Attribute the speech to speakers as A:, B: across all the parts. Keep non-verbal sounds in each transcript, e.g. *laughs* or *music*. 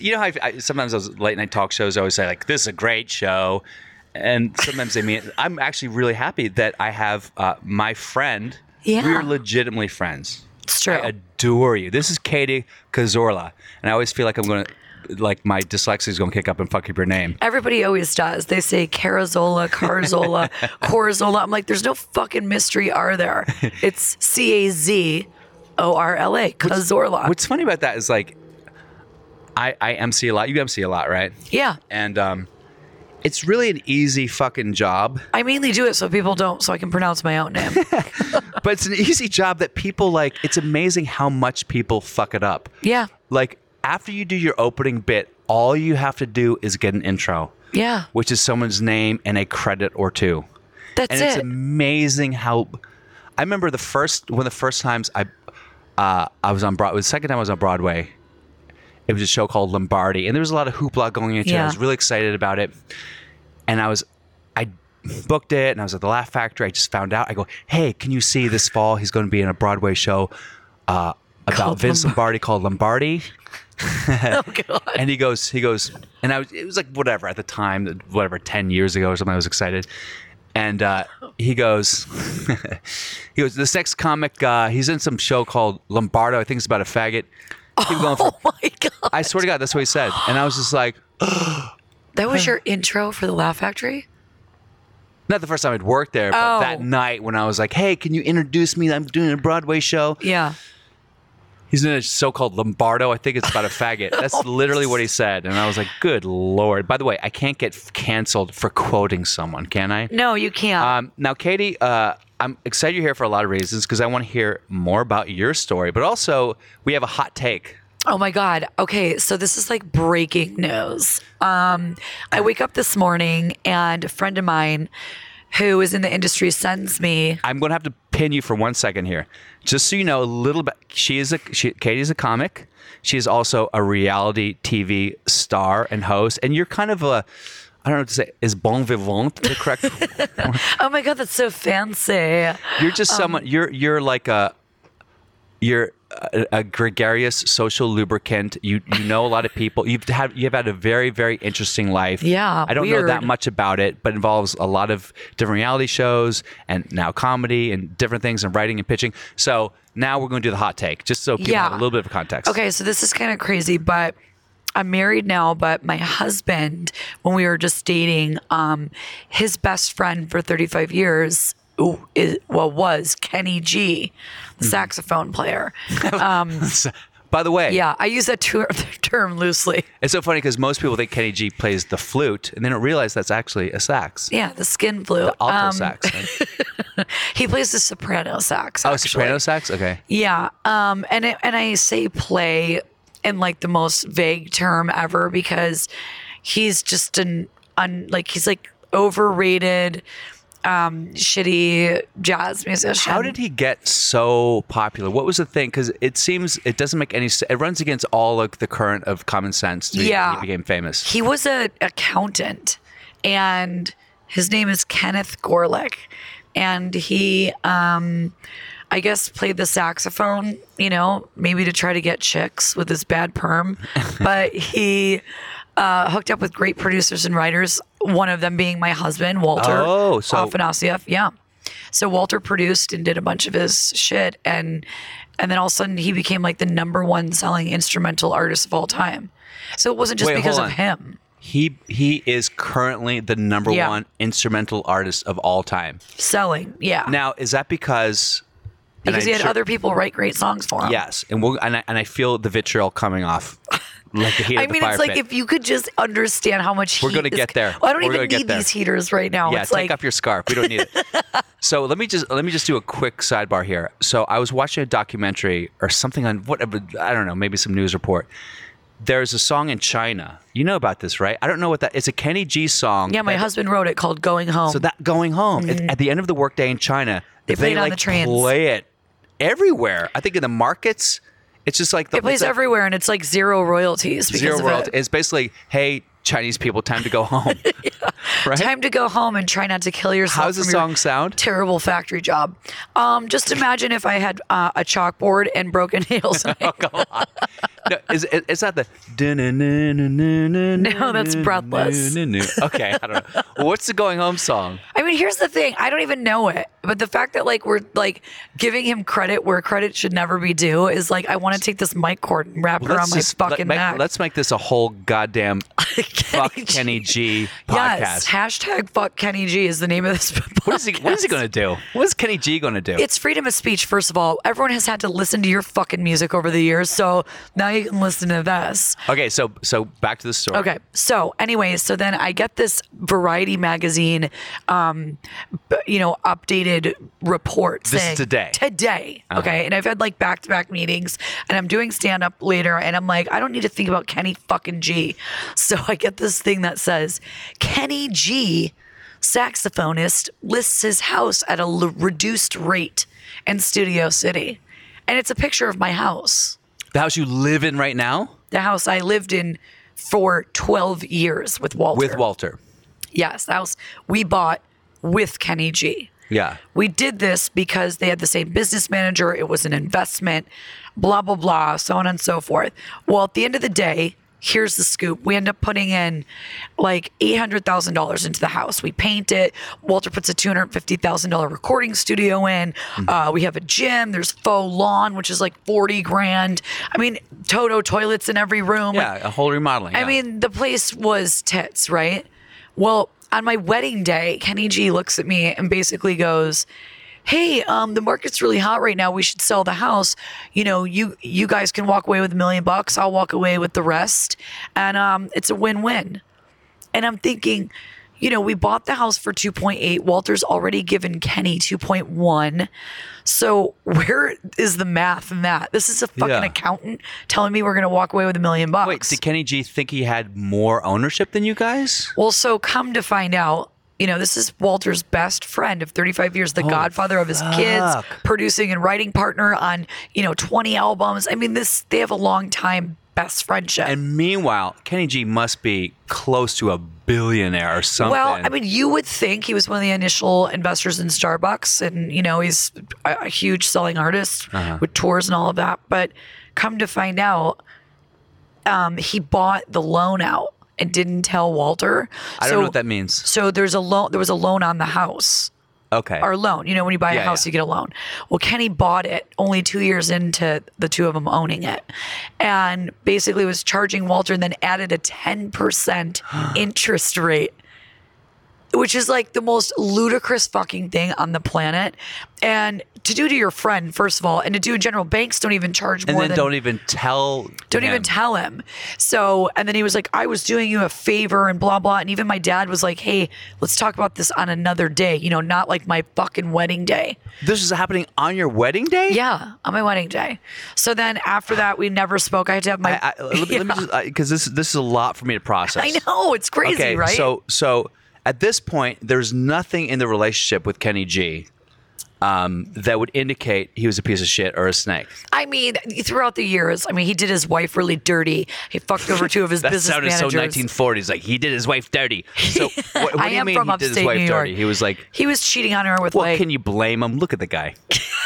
A: you know how I, I- sometimes those late night talk shows always say like, "This is a great show," and sometimes they mean. *laughs* It. I'm actually really happy that I have uh, my friend.
B: Yeah. Oh.
A: we are legitimately friends.
B: It's true.
A: I adore you. This is Katie Kazorla, and I always feel like I'm gonna, like my dyslexia is gonna kick up and fuck up your name.
B: Everybody always does. They say Carazola, *laughs* Carzola, Corazola. I'm like, there's no fucking mystery, are *laughs* there? It's C A Z O R L A, Cazorla.
A: What's funny about that is like, I I MC a lot. You MC a lot, right?
B: yeah.
A: and um, it's really an easy fucking job.
B: I mainly do it so people don't, so I can pronounce my own *laughs* name.
A: But it's an easy job that people like. It's amazing how much people fuck it up.
B: yeah.
A: Like after you do your opening bit, all you have to do is get an intro,
B: Yeah.
A: which is someone's name and a credit or two.
B: That's
A: and it's
B: it.
A: amazing how. I remember the first one of the first times I, uh, I was on Broadway. The second time I was on Broadway, it was a show called Lombardi, and there was a lot of hoopla going into it. I
B: Yeah.
A: was really excited about it, and I was, I booked it, and I was at the Laugh Factory. I just found out. I go, hey, can you see this fall? He's going to be in a Broadway show uh, about
B: Called
A: Vince Lombardi
B: Lombardi.
A: called Lombardi
B: oh, God.
A: and he goes, he goes, and I was, it was like whatever at the time, whatever, 10 years ago or something, I was excited. And uh, he goes, *laughs* he goes, this next comic, uh, he's in some show called Lombardo. I think it's about a faggot. Keep going for,
B: *laughs* Oh, my God.
A: *laughs* I swear to God, that's what he said. And I was just like,
B: That was your intro for the Laugh Factory?
A: not the first time I'd worked there, but
B: Oh.
A: that night when I was like, hey, can you introduce me? I'm doing a Broadway show.
B: Yeah.
A: He's in a so called Lombardo. I think it's about a faggot.
B: *laughs* Oh.
A: That's literally what he said. And I was like, good Lord. By the way, I can't get f- canceled for quoting someone, can I?
B: No, you can't.
A: Um, now, Katie, uh, I'm excited you're here for a lot of reasons because I want to hear more about your story, but also we have a hot take.
B: Oh my God. Okay. So this is like breaking news. Um, I wake up this morning and a friend of mine who is in the industry sends me,
A: I'm going to have to pin you for one second here, just so you know a little bit. She is a she, Katie's a comic. She is also a reality TV star and host, and you're kind of a I don't know what to say. Is bon vivant the correct?
B: oh my God, that's so fancy.
A: you're just
B: Um,
A: someone. You're you're like a you're a, a gregarious social lubricant. You you know a lot of people. You've had you've had a very very interesting life.
B: Yeah,
A: I don't know that
B: weird.
A: much about it, but involves a lot of different reality shows and now comedy and different things and writing and pitching. So now we're going to do the hot take, just so people have a
B: Yeah.
A: little bit of context. *laughs*
B: Okay, so this is kind of crazy, but I'm married now, but my husband, when we were just dating, um, his best friend for 35 years ooh, is, well was Kenny G,
A: Hmm.
B: the saxophone player.
A: *laughs*
B: Um,
A: By the way,
B: yeah, I use that ter- *laughs* term loosely.
A: it's so funny because most people think Kenny G plays the flute and they don't realize that's actually a sax,
B: Yeah, the skin flute.
A: alto
B: Um,
A: sax. right?
B: *laughs* He plays the soprano sax.
A: Oh,
B: actually.
A: soprano sax. Okay.
B: Yeah. Um, and it, and I say play in like the most vague term ever because he's just an un, like he's like overrated, um, shitty jazz musician.
A: How did he get so popular? What was the thing? Because it seems it doesn't make any. se- It runs against all of the current of common sense. To yeah,
B: Yeah.
A: he became famous.
B: He was an accountant, and his name is Kenneth Gorlick, and he, um, I guess, played the saxophone. You know, maybe to try to get chicks with his
A: *laughs*
B: bad perm, but he uh, hooked up with great producers and writers. One of them being my husband, Walter
A: Oh, so-
B: Afanasieff. Yeah. So Walter produced and did a bunch of his shit, and and then all of a sudden he became like the number one selling instrumental artist of all time. So it wasn't just
A: Wait,
B: because
A: hold
B: of
A: on.
B: him.
A: He he is currently the number
B: Yeah.
A: one instrumental artist of all time.
B: Selling, yeah.
A: Now, is that because? and
B: because he
A: I'm
B: had
A: sure-
B: other people write great songs for him.
A: Yes, and we'll, and I, and I feel the vitriol coming off. Like the heat
B: *laughs* I
A: of the
B: mean,
A: fire
B: it's like
A: pit.
B: if you could just understand how much
A: We're
B: heat
A: gonna
B: is-
A: get there.
B: Well, I don't
A: We're gonna
B: even
A: get
B: need
A: there.
B: these heaters right now.
A: Yeah,
B: it's
A: take
B: like
A: off your scarf. We don't need
B: *laughs*
A: it. so let me just let me just do a quick sidebar here. So I was watching a documentary or something on whatever I don't know, maybe some news report, there's a song in China. You know about this, right? I don't know what that. It's a Kenny G song.
B: Yeah, my
A: that-
B: husband wrote it called "Going Home."
A: So that going home at- at the end of the workday in China, they,
B: play it on
A: like
B: the trains.
A: play it everywhere. I think in the markets, it's just like the
B: it plays
A: it's a
B: everywhere, and it's like zero royalties. Because
A: zero
B: of
A: world.
B: It.
A: It's basically hey Chinese people, time to go *laughs* home. Right?
B: Time to go home and try not to kill yourself.
A: How's the
B: from your
A: song sound?
B: Terrible factory job. Um, just imagine if I had uh, a chalkboard and broken *laughs*
A: *laughs*
B: nails.
A: Oh,
B: on it.
A: No, is, it- it's not the. No,
B: No, that's Breathless.
A: Okay, I don't know. What's the going home
B: *laughs*
A: song?
B: I mean, here's the thing. I don't even know it, but the fact that like we're like giving him credit where credit should never be due is like I want to take this mic cord and wrap it around my
A: let-
B: fucking
A: make,
B: neck.
A: let's make this a whole
B: *laughs*
A: goddamn fuck Kenny G podcast.
B: Yes, hashtag fuck Kenny G is the name of this. *laughs* Podcast.
A: What is he? What is he going to do? What is Kenny G going to do?
B: It's freedom of speech, first of all. Everyone has had to listen to your fucking music over the years, so now you can listen to this.
A: okay, so so back to the story.
B: Okay. So, anyways, so then I get this Variety magazine, um, b- you know, updated report.
A: This is
B: saying-
A: today. Uh-huh.
B: Today. Okay. And I've had like back to back meetings and I'm doing stand up later and I'm like, I don't need to think about Kenny fucking G. So I get this thing that says Kenny G, saxophonist, lists his house at a l- reduced rate in Studio City. And it's a picture of my house
A: The house you live in right now
B: the house I lived in for 12 years with Walter.
A: with Walter.
B: Yes, the house we bought with Kenny G.
A: Yeah.
B: We did this because they had the same business manager, it was an investment, blah, blah, blah, so on and so forth. Well, at the end of the day, here's the scoop. We end up putting in like $800,000 into the house. We paint it. Walter puts a $250,000 recording studio in.
A: Mm-hmm.
B: Uh, we have a gym. There's faux lawn, which is like 40 grand. I mean, Toto toilets in every room. Like,
A: Yeah, a whole remodeling.
B: I
A: yeah.
B: mean, the place was tits, right? Well, on my wedding day, Kenny G looks at me and basically goes, "Hey, um, the market's really hot right now. We should sell the house. You know, you you guys can walk away with a million bucks. I'll walk away with the rest, and um, it's a win-win." And I'm thinking, you know, we bought the house for 2.8. Walter's already given Kenny 2.1. So where is the math in that? This is a fucking
A: Yeah.
B: accountant telling me we're gonna walk away with a million bucks.
A: Wait, did Kenny G think he had more ownership than you guys?
B: Well, so come to find out, you know, this is Walter's best friend of 35 years, the godfather of his kids,
A: Oh, fuck.
B: producing and writing partner on, you know, 20 albums. I mean, this they have a long time best friendship.
A: And meanwhile, Kenny G must be close to a billionaire or something.
B: well, I mean, you would think he was one of the initial investors in Starbucks, and you know he's a, a huge selling artist
A: Uh-huh.
B: with tours and all of that. But come to find out, um, he bought the loan out and didn't tell Walter.
A: I don't
B: So-
A: know what that means.
B: So there's a loan. There was a loan on the house.
A: Okay.
B: or loan. You know, when you buy
A: Yeah,
B: a house,
A: yeah.
B: you get a loan. Well, Kenny bought it only two years into the two of them owning it, and basically was charging Walter, and then added a ten
A: *gasps*
B: percent interest rate. Which is like the most ludicrous fucking thing on the planet, and to do to your friend first of all, and to do in general, banks don't even charge
A: and
B: more
A: then
B: than
A: don't even tell.
B: don't
A: him.
B: even tell him. So, and then he was like, I was doing you a favor and blah, blah. And even my dad was like, hey, let's talk about this on another day, you know, not like my fucking wedding day.
A: This is happening on your wedding day.
B: Yeah, on my wedding day. So then after that, we never spoke. I had to have my.
A: I, I, let, me, let me
B: *laughs* Yeah.
A: just because this this is a lot for me to process.
B: I know, *laughs* it's crazy,
A: okay,
B: right?
A: So so at this point, there's nothing in the relationship with Kenny G um, that would indicate he was a piece of shit or a snake.
B: I mean, throughout the years, I mean, he did his wife really dirty. He fucked over two of his
A: That
B: business
A: sounded
B: managers.
A: so 1940s. Like he did his wife dirty.
B: *laughs*
A: So what, what
B: I
A: do you
B: am
A: mean
B: from
A: he
B: upstate
A: did his wife
B: New York.
A: dirty? He was like,
B: He was cheating on her with
A: well,
B: like.
A: can you blame him? Look at the
B: *laughs*
A: guy.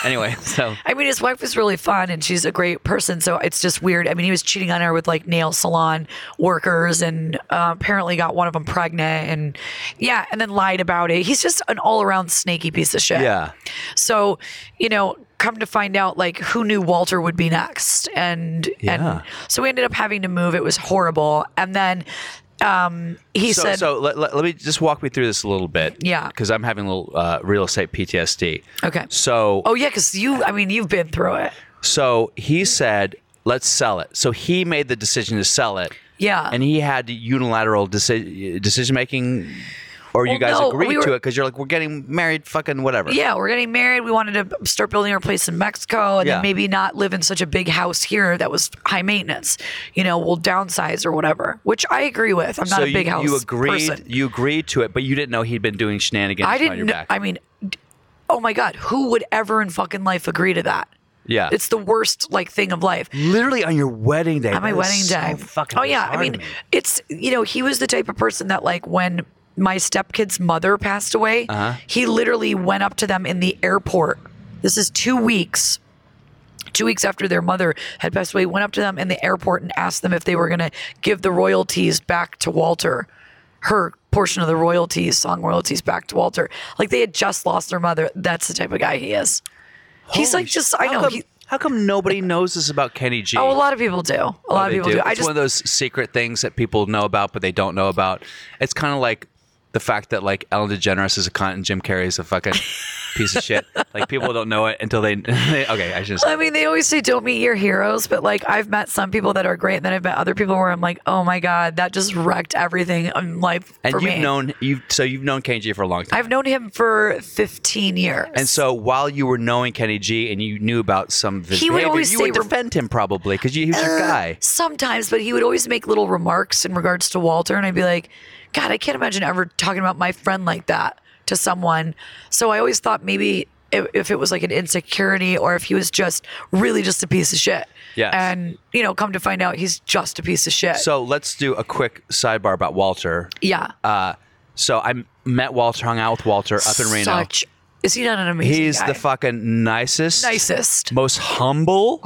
A: anyway, so
B: I mean, his wife was really fun and she's a great person. So it's just weird. I mean, he was cheating on her with like nail salon workers and uh, apparently got one of them pregnant and yeah, and then lied about it. He's just an all around snaky piece of shit.
A: yeah.
B: So, you know, come to find out like who knew Walter would be next. And,
A: Yeah.
B: and so we ended up having to move. It was horrible. And then um, he
A: so,
B: said,
A: so let, let, let me just walk me through this a little bit.
B: Yeah.
A: Because I'm having a little uh, real estate PTSD.
B: okay.
A: So,
B: Oh, yeah, because you, I mean, you've been through it.
A: so he said, let's sell it. So he made the decision to sell it.
B: Yeah.
A: And he had unilateral deci- decision making or you
B: Well,
A: guys
B: no,
A: agreed
B: we were-
A: to it because you're like, we're getting married, fucking whatever.
B: Yeah, we're getting married. We wanted to start building our place in Mexico and
A: Yeah.
B: then maybe not live in such a big house here that was high maintenance. You know, we'll downsize or whatever, which I agree with. I'm
A: so
B: not
A: you,
B: a big house
A: you agreed.
B: person.
A: You agreed to it, but you didn't know he'd been doing shenanigans
B: I
A: behind
B: didn't.
A: your
B: kn-
A: back.
B: I mean, d- oh my god, who would ever in fucking life agree to that?
A: yeah,
B: It's the worst like thing of life.
A: literally on your wedding day.
B: on my
A: That
B: wedding
A: is
B: day.
A: So fucking
B: oh yeah,
A: bizarre
B: I
A: to
B: mean,
A: me.
B: it's you know he was the type of person that like when my stepkid's mother passed away,
A: Uh-huh.
B: he literally went up to them in the airport. This is two weeks. Two weeks after their mother had passed away, went up to them in the airport and asked them if they were going to give the royalties back to Walter, her portion of the royalties, song royalties back to Walter. Like they had just lost their mother. That's the type of guy he is. he's
A: Holy
B: like just,
A: shit.
B: I
A: How
B: know.
A: Come,
B: he,
A: how come nobody knows this about Kenny G?
B: oh, a lot of people do. A lot of
A: they
B: people do. I
A: It's
B: just
A: one of those secret things that people know about, but they don't know about. It's kind of like the fact that like Ellen DeGeneres is a cunt and Jim Carrey is a
B: *laughs*
A: fucking piece of shit. Like people don't know it until they. *laughs* okay, I just.
B: I mean, they always say don't meet your heroes, but like I've met some people that are great, and then I've met other people where I'm like, oh my god, that just wrecked everything in life
A: and
B: for
A: you've
B: me.
A: known you so you've known Kenny G for a long time.
B: I've known him for 15 years,
A: and so while you were knowing Kenny G and you knew about some of his
B: He would
A: behavior,
B: always
A: you
B: say Uh,
A: would
B: rem-
A: defend him probably because he was your guy.
B: sometimes, but he would always make little remarks in regards to Walter, and I'd be like, God, I can't imagine ever talking about my friend like that to someone. So I always thought maybe if, if it was like an insecurity or if he was just really just a piece of shit.
A: Yes.
B: And you know, come to find out, he's just a piece of shit.
A: So let's do a quick sidebar about Walter.
B: yeah.
A: Uh, so I met Walter, hung out with Walter up in Reno.
B: Such, is he not an amazing
A: He's
B: guy?
A: the fucking nicest,
B: nicest. Oh.
A: most
B: *laughs*
A: humble,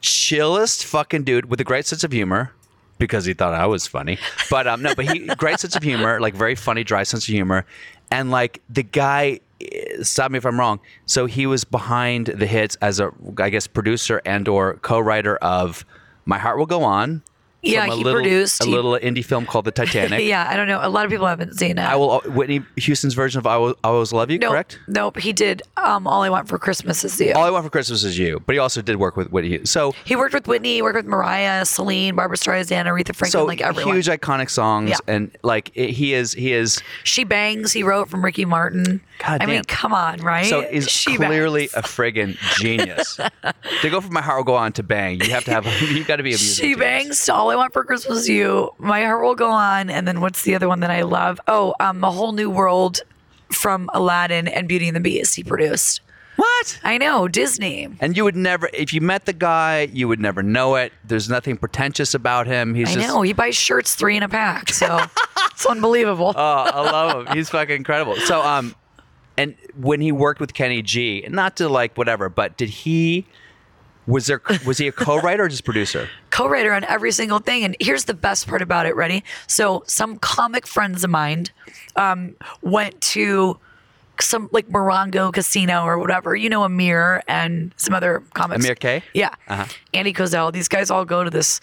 A: chillest fucking dude with a great sense of humor because he thought I was funny. But um, no, but
B: *laughs*
A: he great sense of humor, like very funny, dry sense of humor, and like the guy. eh, Stop me if I'm wrong. So he was behind the hits as a, I guess, producer and or co-writer of "My Heart Will Go On."
B: Yeah,
A: from a
B: he
A: little,
B: produced.
A: a
B: he-
A: little indie film
B: *laughs*
A: called "The Titanic."
B: yeah, I don't know. A lot of people haven't seen it.
A: I will uh, Whitney Houston's version of "I Will I Always Love You."
B: nope,
A: Correct.
B: Nope. He did. Um, all I want for Christmas is you.
A: All I want for Christmas is you. But he also did work with Whitney. So
B: he worked with Whitney. He worked with Mariah, Celine, Barbara Streisand, Aretha Franklin,
A: so
B: like everyone.
A: huge uh, iconic songs
B: Yeah.
A: and like it, he is he is
B: she bangs. He wrote from Ricky Martin.
A: God
B: I mean,
A: damn.
B: come on, right?
A: so is
B: she
A: clearly
B: Bangs.
A: a friggin'
B: *laughs*
A: genius. to go from my heart will go on to bang. You have *laughs* to have you got to be a musical
B: She
A: genius.
B: bangs to All I Want for Christmas is You. My Heart Will Go On. And then what's the other one that I love? Oh, um, A Whole New World from Aladdin and Beauty and the Beast. He produced.
A: What?
B: I know, Disney.
A: And you would never if you met the guy, you would never know it. There's nothing pretentious about him. He's
B: I
A: just
B: know. He buys shirts three in a
A: *laughs*
B: pack. So it's unbelievable.
A: Oh, I love him. He's fucking incredible. So, um, and when he worked with Kenny G, not to like whatever, but did he was there was he a co-writer or just
B: *laughs*
A: producer?
B: co writer on every single thing. And here's the best part about it. Ready? So, some comic friends of mine um, went to some like Morongo Casino or whatever. You know, Amir and some other comics.
A: Amir K?
B: Yeah. Andy Kozel. These guys all go to this,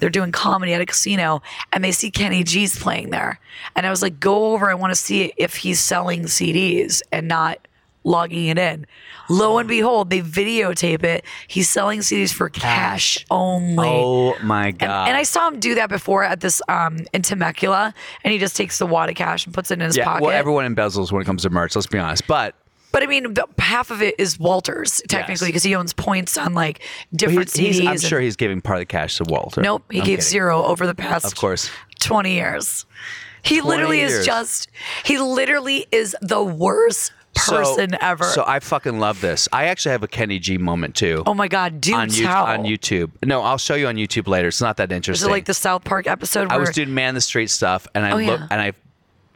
B: they're doing comedy at a casino and they see Kenny G's playing there. And I was like, go over. I want to see if he's selling CDs and not logging it in. Lo and behold, they videotape it. He's selling CDs for cash, only.
A: Oh my
B: And,
A: god!
B: and I saw him do that before at this um in Temecula, and he just takes the wad of cash and puts it in his
A: yeah,
B: pocket.
A: well, everyone embezels when it comes to merch. Let's be honest, but
B: but I mean, the, half of it is Walters technically
A: Yes.
B: because he owns points on like different
A: he's, he's-
B: CDs.
A: I'm
B: and-
A: sure he's giving part of the cash to Walter.
B: nope, he
A: I'm
B: gave
A: kidding.
B: zero over the past
A: Of course.
B: twenty years. He literally
A: years.
B: is just he literally is the worst
A: So-
B: person ever.
A: So I fucking love this. I actually have a Kenny G moment too.
B: oh my god, do
A: on, you-
B: tell.
A: on YouTube. No, I'll show you on YouTube later. It's not that
B: Is
A: interesting.
B: it like the South Park episode where
A: I was doing man on the street stuff, and I
B: Oh,
A: look
B: yeah.
A: and I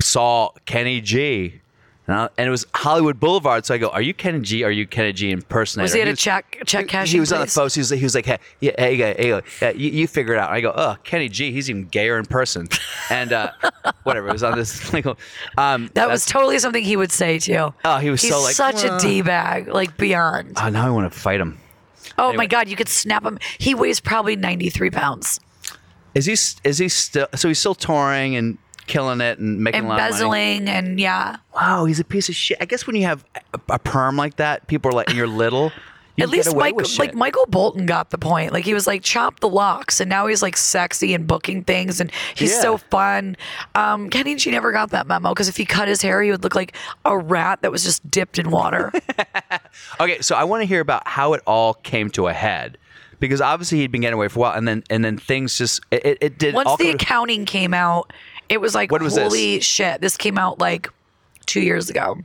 A: saw Kenny G, and, I, and it was Hollywood Boulevard. So I go, "Are you Kenny G? Are you Kenny G impersonator?"
B: was he at a
A: was-
B: check check cashing?
A: He was on the
B: place?
A: post. He was, he was like, "Hey, yeah, hey, guy, hey, guy, yeah, you, you figure it out." I go, "Oh, Kenny G, he's even gayer in person," and
B: *laughs*
A: uh, whatever. It was on this. *laughs* Like, um,
B: That was totally something he would say to you.
A: Oh, he was
B: He's
A: so like,
B: such
A: "Wah."
B: a d bag, like beyond.
A: oh, now I want to fight him.
B: oh
A: anyway.
B: my god, you could snap him. He weighs probably ninety three pounds,
A: Is he? s- Is he still? So he's still touring and killing it and making a lot of money.
B: embezzling, and yeah,
A: wow, he's a piece of shit. I guess when you have a, a perm like that, people are like, and you're little, You
B: *laughs*
A: can get
B: At least
A: away
B: Michael,
A: with
B: like
A: shit.
B: Michael Bolton got the point. Like he was like chop the locks, and now he's like sexy and booking things, and he's
A: Yeah.
B: so fun. Um, Kenny G never got that memo because if he cut his hair, he would look like a rat that was just dipped
A: *laughs*
B: in water.
A: Okay, so I want to hear about how it all came to a head, because obviously he'd been getting away for a while, and then and then things just it, it, it did.
B: Once
A: all
B: the
A: come-
B: accounting came out, it was like
A: When was this?
B: holy shit. This came out like two years ago.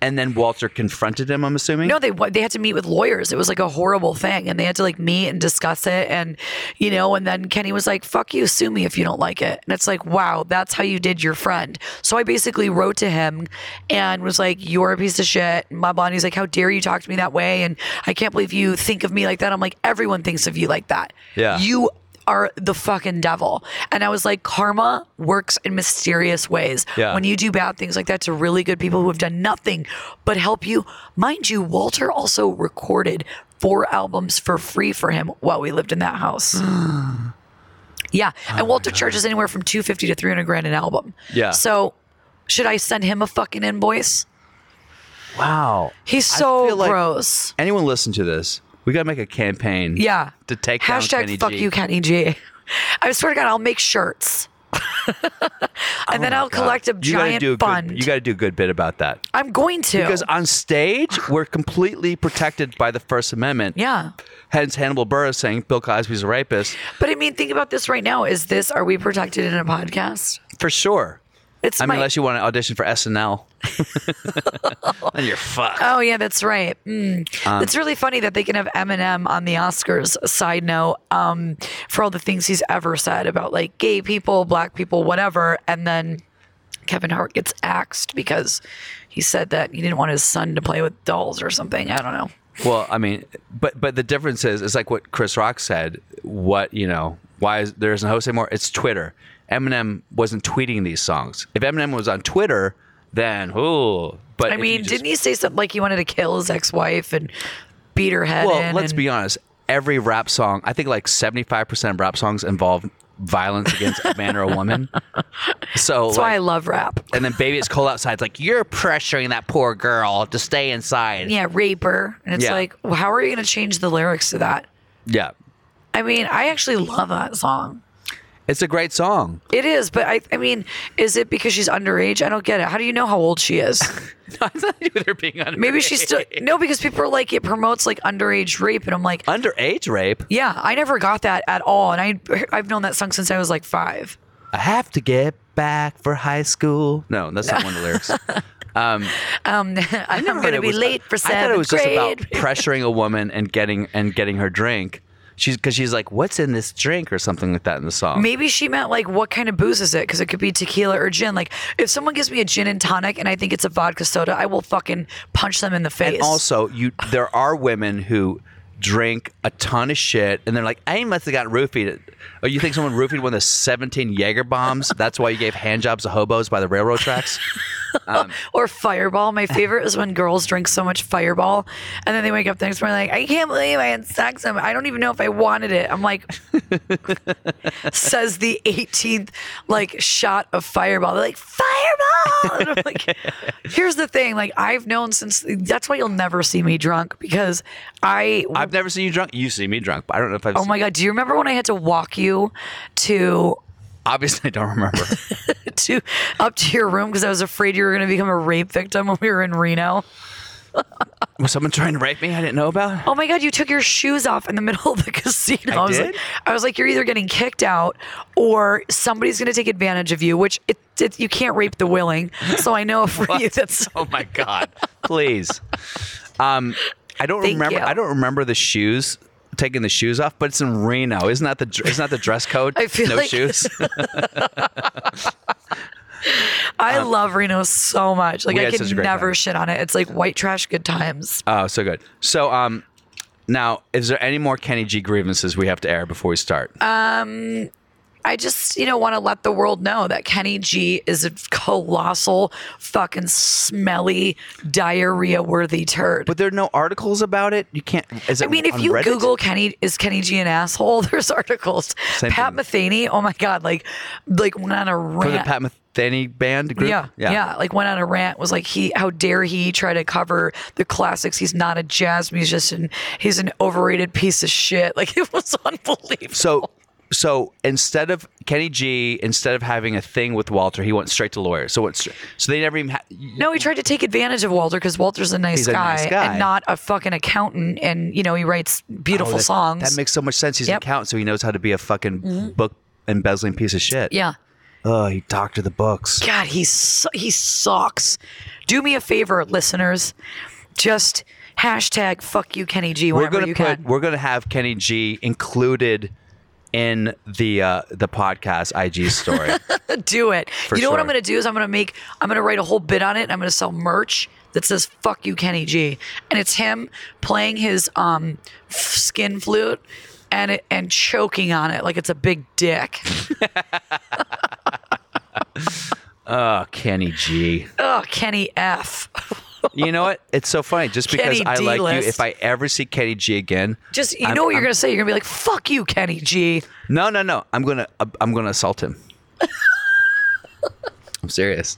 A: and then Walter confronted him. I'm assuming.
B: No, they they had to meet with lawyers. It was like a horrible thing, and they had to like meet and discuss it, and you know. And then Kenny was like, "Fuck you, sue me if you don't like it." And it's like, wow, that's how you did your friend. So I basically wrote to him and was like, "You're a piece of shit." And blah blah. And he's like, "How dare you talk to me that way?" And I can't believe you think of me like that. I'm like, everyone thinks of you like that.
A: Yeah.
B: you are the fucking devil. And I was like, karma works in mysterious ways.
A: Yeah.
B: When you do bad things like that to really good people who have done nothing but help you. Mind you, Walter also recorded four albums for free for him while we lived in that
A: *gasps*
B: house. yeah. And Walter charges anywhere from 250 to 300 grand an album.
A: Oh Yeah.
B: So should I send him a fucking invoice?
A: Wow.
B: He's
A: I
B: so
A: feel like
B: gross.
A: Anyone listen to this? We got to make a campaign.
B: Yeah.
A: To take
B: Hashtag
A: down Kenny
B: fuck
A: G.
B: you, Kenny G. *laughs* I swear to God, I'll make shirts. *laughs* and then I'll collect a
A: Oh You gotta
B: giant
A: do a
B: fund.
A: Good, you got to do a good bit about that.
B: I'm going to.
A: Because on stage, we're completely protected by the First Amendment.
B: yeah.
A: Hence Hannibal Buress saying Bill Cosby's a rapist.
B: But I mean, think about this right now. Is this, are we protected in a podcast?
A: For sure.
B: It's
A: I mean,
B: my,
A: unless you want to audition for SNL. *laughs*
B: *laughs*
A: then you're fucked.
B: Oh yeah, that's right. Mm.
A: Um,
B: it's really funny that they can have Eminem on the Oscars. Side note, um, for all the things he's ever said about like gay people, black people, whatever, and then Kevin Hart gets axed because he said that he didn't want his son to play with dolls or something. I don't know.
A: Well, I mean, but but the difference is, it's like what Chris Rock said. What you know, why is, there isn't a host anymore? It's Twitter. Eminem wasn't tweeting these songs. If Eminem was on Twitter, then ooh. But
B: I
A: if
B: mean,
A: you just-
B: didn't he say something like he wanted to kill his ex-wife and beat her head?
A: Well,
B: in
A: let's
B: and-
A: be honest. Every rap song, I think like seventy five percent of rap songs involve violence against a man or a
B: *laughs*
A: woman. So
B: That's why I
A: like-
B: love rap.
A: and then baby, it's cold outside. It's like you're pressuring that poor girl to stay inside.
B: Yeah, raper. And it's
A: Yeah.
B: like, well, how are you going to change the lyrics to that?
A: yeah.
B: I mean, I actually love that song.
A: It's a great
B: *laughs*
A: song.
B: It is, but I, I mean, is it because she's underage? I don't get it. How do you know how old she is?
A: it's not you they're *laughs* being under
B: Maybe she's still no, because people are like it promotes like underage rape, and I'm like,
A: underage rape.
B: yeah, I never got that at all, and I I've known that song since I was like five.
A: I have to get back for high school. No, that's not one of the
B: *laughs*
A: lyrics.
B: Um, *laughs* I'm
A: never heard
B: gonna
A: it
B: be
A: was- uh,
B: late for
A: I
B: seventh
A: thought it was
B: grade.
A: just about pressuring a woman and getting and getting her drink. She's because she's like, "What's in this drink?" or something like that in the song.
B: Maybe she meant like, what kind of booze is it? Because it could be tequila or gin. Like, if someone gives me a gin and tonic and I think it's a vodka soda, I will fucking punch them in the face.
A: And also, you there are women who drink a ton of shit, and they're like, "I must have gotten roofied." Oh, you think someone roofied one of the seventeen Jaeger bombs? That's why you gave hand jobs to hobos by the railroad
B: *laughs*
A: tracks.
B: or Fireball. My favorite is when girls drink so much Fireball, and then they wake up the next morning like, I can't believe I had sex. I'm, I don't even know if I wanted it. I'm like, says the 18th like shot of Fireball. They're like, Fireball. And I'm like, here's the thing. Like I've known since. That's why you'll never see me drunk because I.
A: I've never seen you drunk. You see me drunk, but I don't know if I've.
B: oh my god. Do you remember when I had to walk you to?
A: Obviously, I don't remember.
B: To up to your room because I was afraid you were going to become a rape victim when we were in Reno.
A: Was someone trying to rape me? I didn't know about.
B: oh my god, you took your shoes off in the *laughs* middle of the casino.
A: I
B: was
A: did?
B: like, I was like, you're either getting kicked out or somebody's going to take advantage of you, which it, it, you can't rape the willing. So I know for
A: *laughs*
B: you that's
A: Oh my god! Please. Um, I don't
B: Thank
A: remember.
B: you.
A: I don't remember the shoes. Taking the shoes off, but it's in Reno. Isn't that the dr- isn't that the dress code?
B: *laughs* I feel
A: no
B: like-
A: shoes.
B: I love Reno so much. Like
A: Uh-huh. we
B: I
A: had such a
B: can
A: great
B: never
A: time.
B: shit on it. It's like white trash good times.
A: Oh, so good. So, um, now is there any more Kenny G grievances we have to air before we start?
B: Uh, I just, you know, want to let the world know that Kenny G is a colossal, fucking smelly, diarrhea worthy turd.
A: but there are no articles about it. You can't. Is it
B: I mean, if
A: on
B: you
A: Reddit?
B: Google Kenny is Kenny G an asshole, *laughs* there's articles.
A: Same
B: Pat
A: thing.
B: Metheny, oh my god, like like went on a
A: Or was it
B: rant.
A: Pat any band group?
B: Yeah, yeah, Like went on a rant. Was like, he, how dare he try to cover the classics? He's not a jazz musician. He's an overrated piece of shit. *laughs* Like it was unbelievable.
A: So, so instead of Kenny G, instead of having a thing with Walter, he went straight to lawyers. So, went str- so they never even had.
B: no, he tried to take advantage of Walter because Walter's a nice,
A: He's a nice guy.
B: and not a fucking accountant. And you know, he writes beautiful
A: Oh, that,
B: songs.
A: That makes so much sense. He's
B: Yep. Mm-hmm.
A: an accountant, so he knows how to be a fucking book embezzling piece of shit.
B: yeah.
A: Oh, he doctored the books.
B: God, he su- he sucks. Do me a favor, listeners. Just hashtag fuck you, Kenny G.
A: We're
B: Whenever
A: gonna
B: you
A: put.
B: can.
A: We're gonna have Kenny G included in the uh, the podcast IG
B: *laughs*
A: story.
B: do it. you know what I'm
A: sure.
B: going to do is I'm going to make I'm going to write a whole bit on it and I'm going to sell merch that says fuck you Kenny G and it's him playing his um f- skin flute and it, and choking on it like it's a big dick. *laughs*
A: oh, Kenny G.
B: oh, Kenny F.
A: You know what? It's so funny. Just because
B: Kenny
A: I like
B: D-list.
A: you, if I ever see Kenny G again,
B: Just you
A: I'm-
B: know what you're
A: I'm-
B: going to say you're going to be like fuck you Kenny G.
A: No, no, no. I'm gonna I'm gonna assault him. *laughs* I'm serious.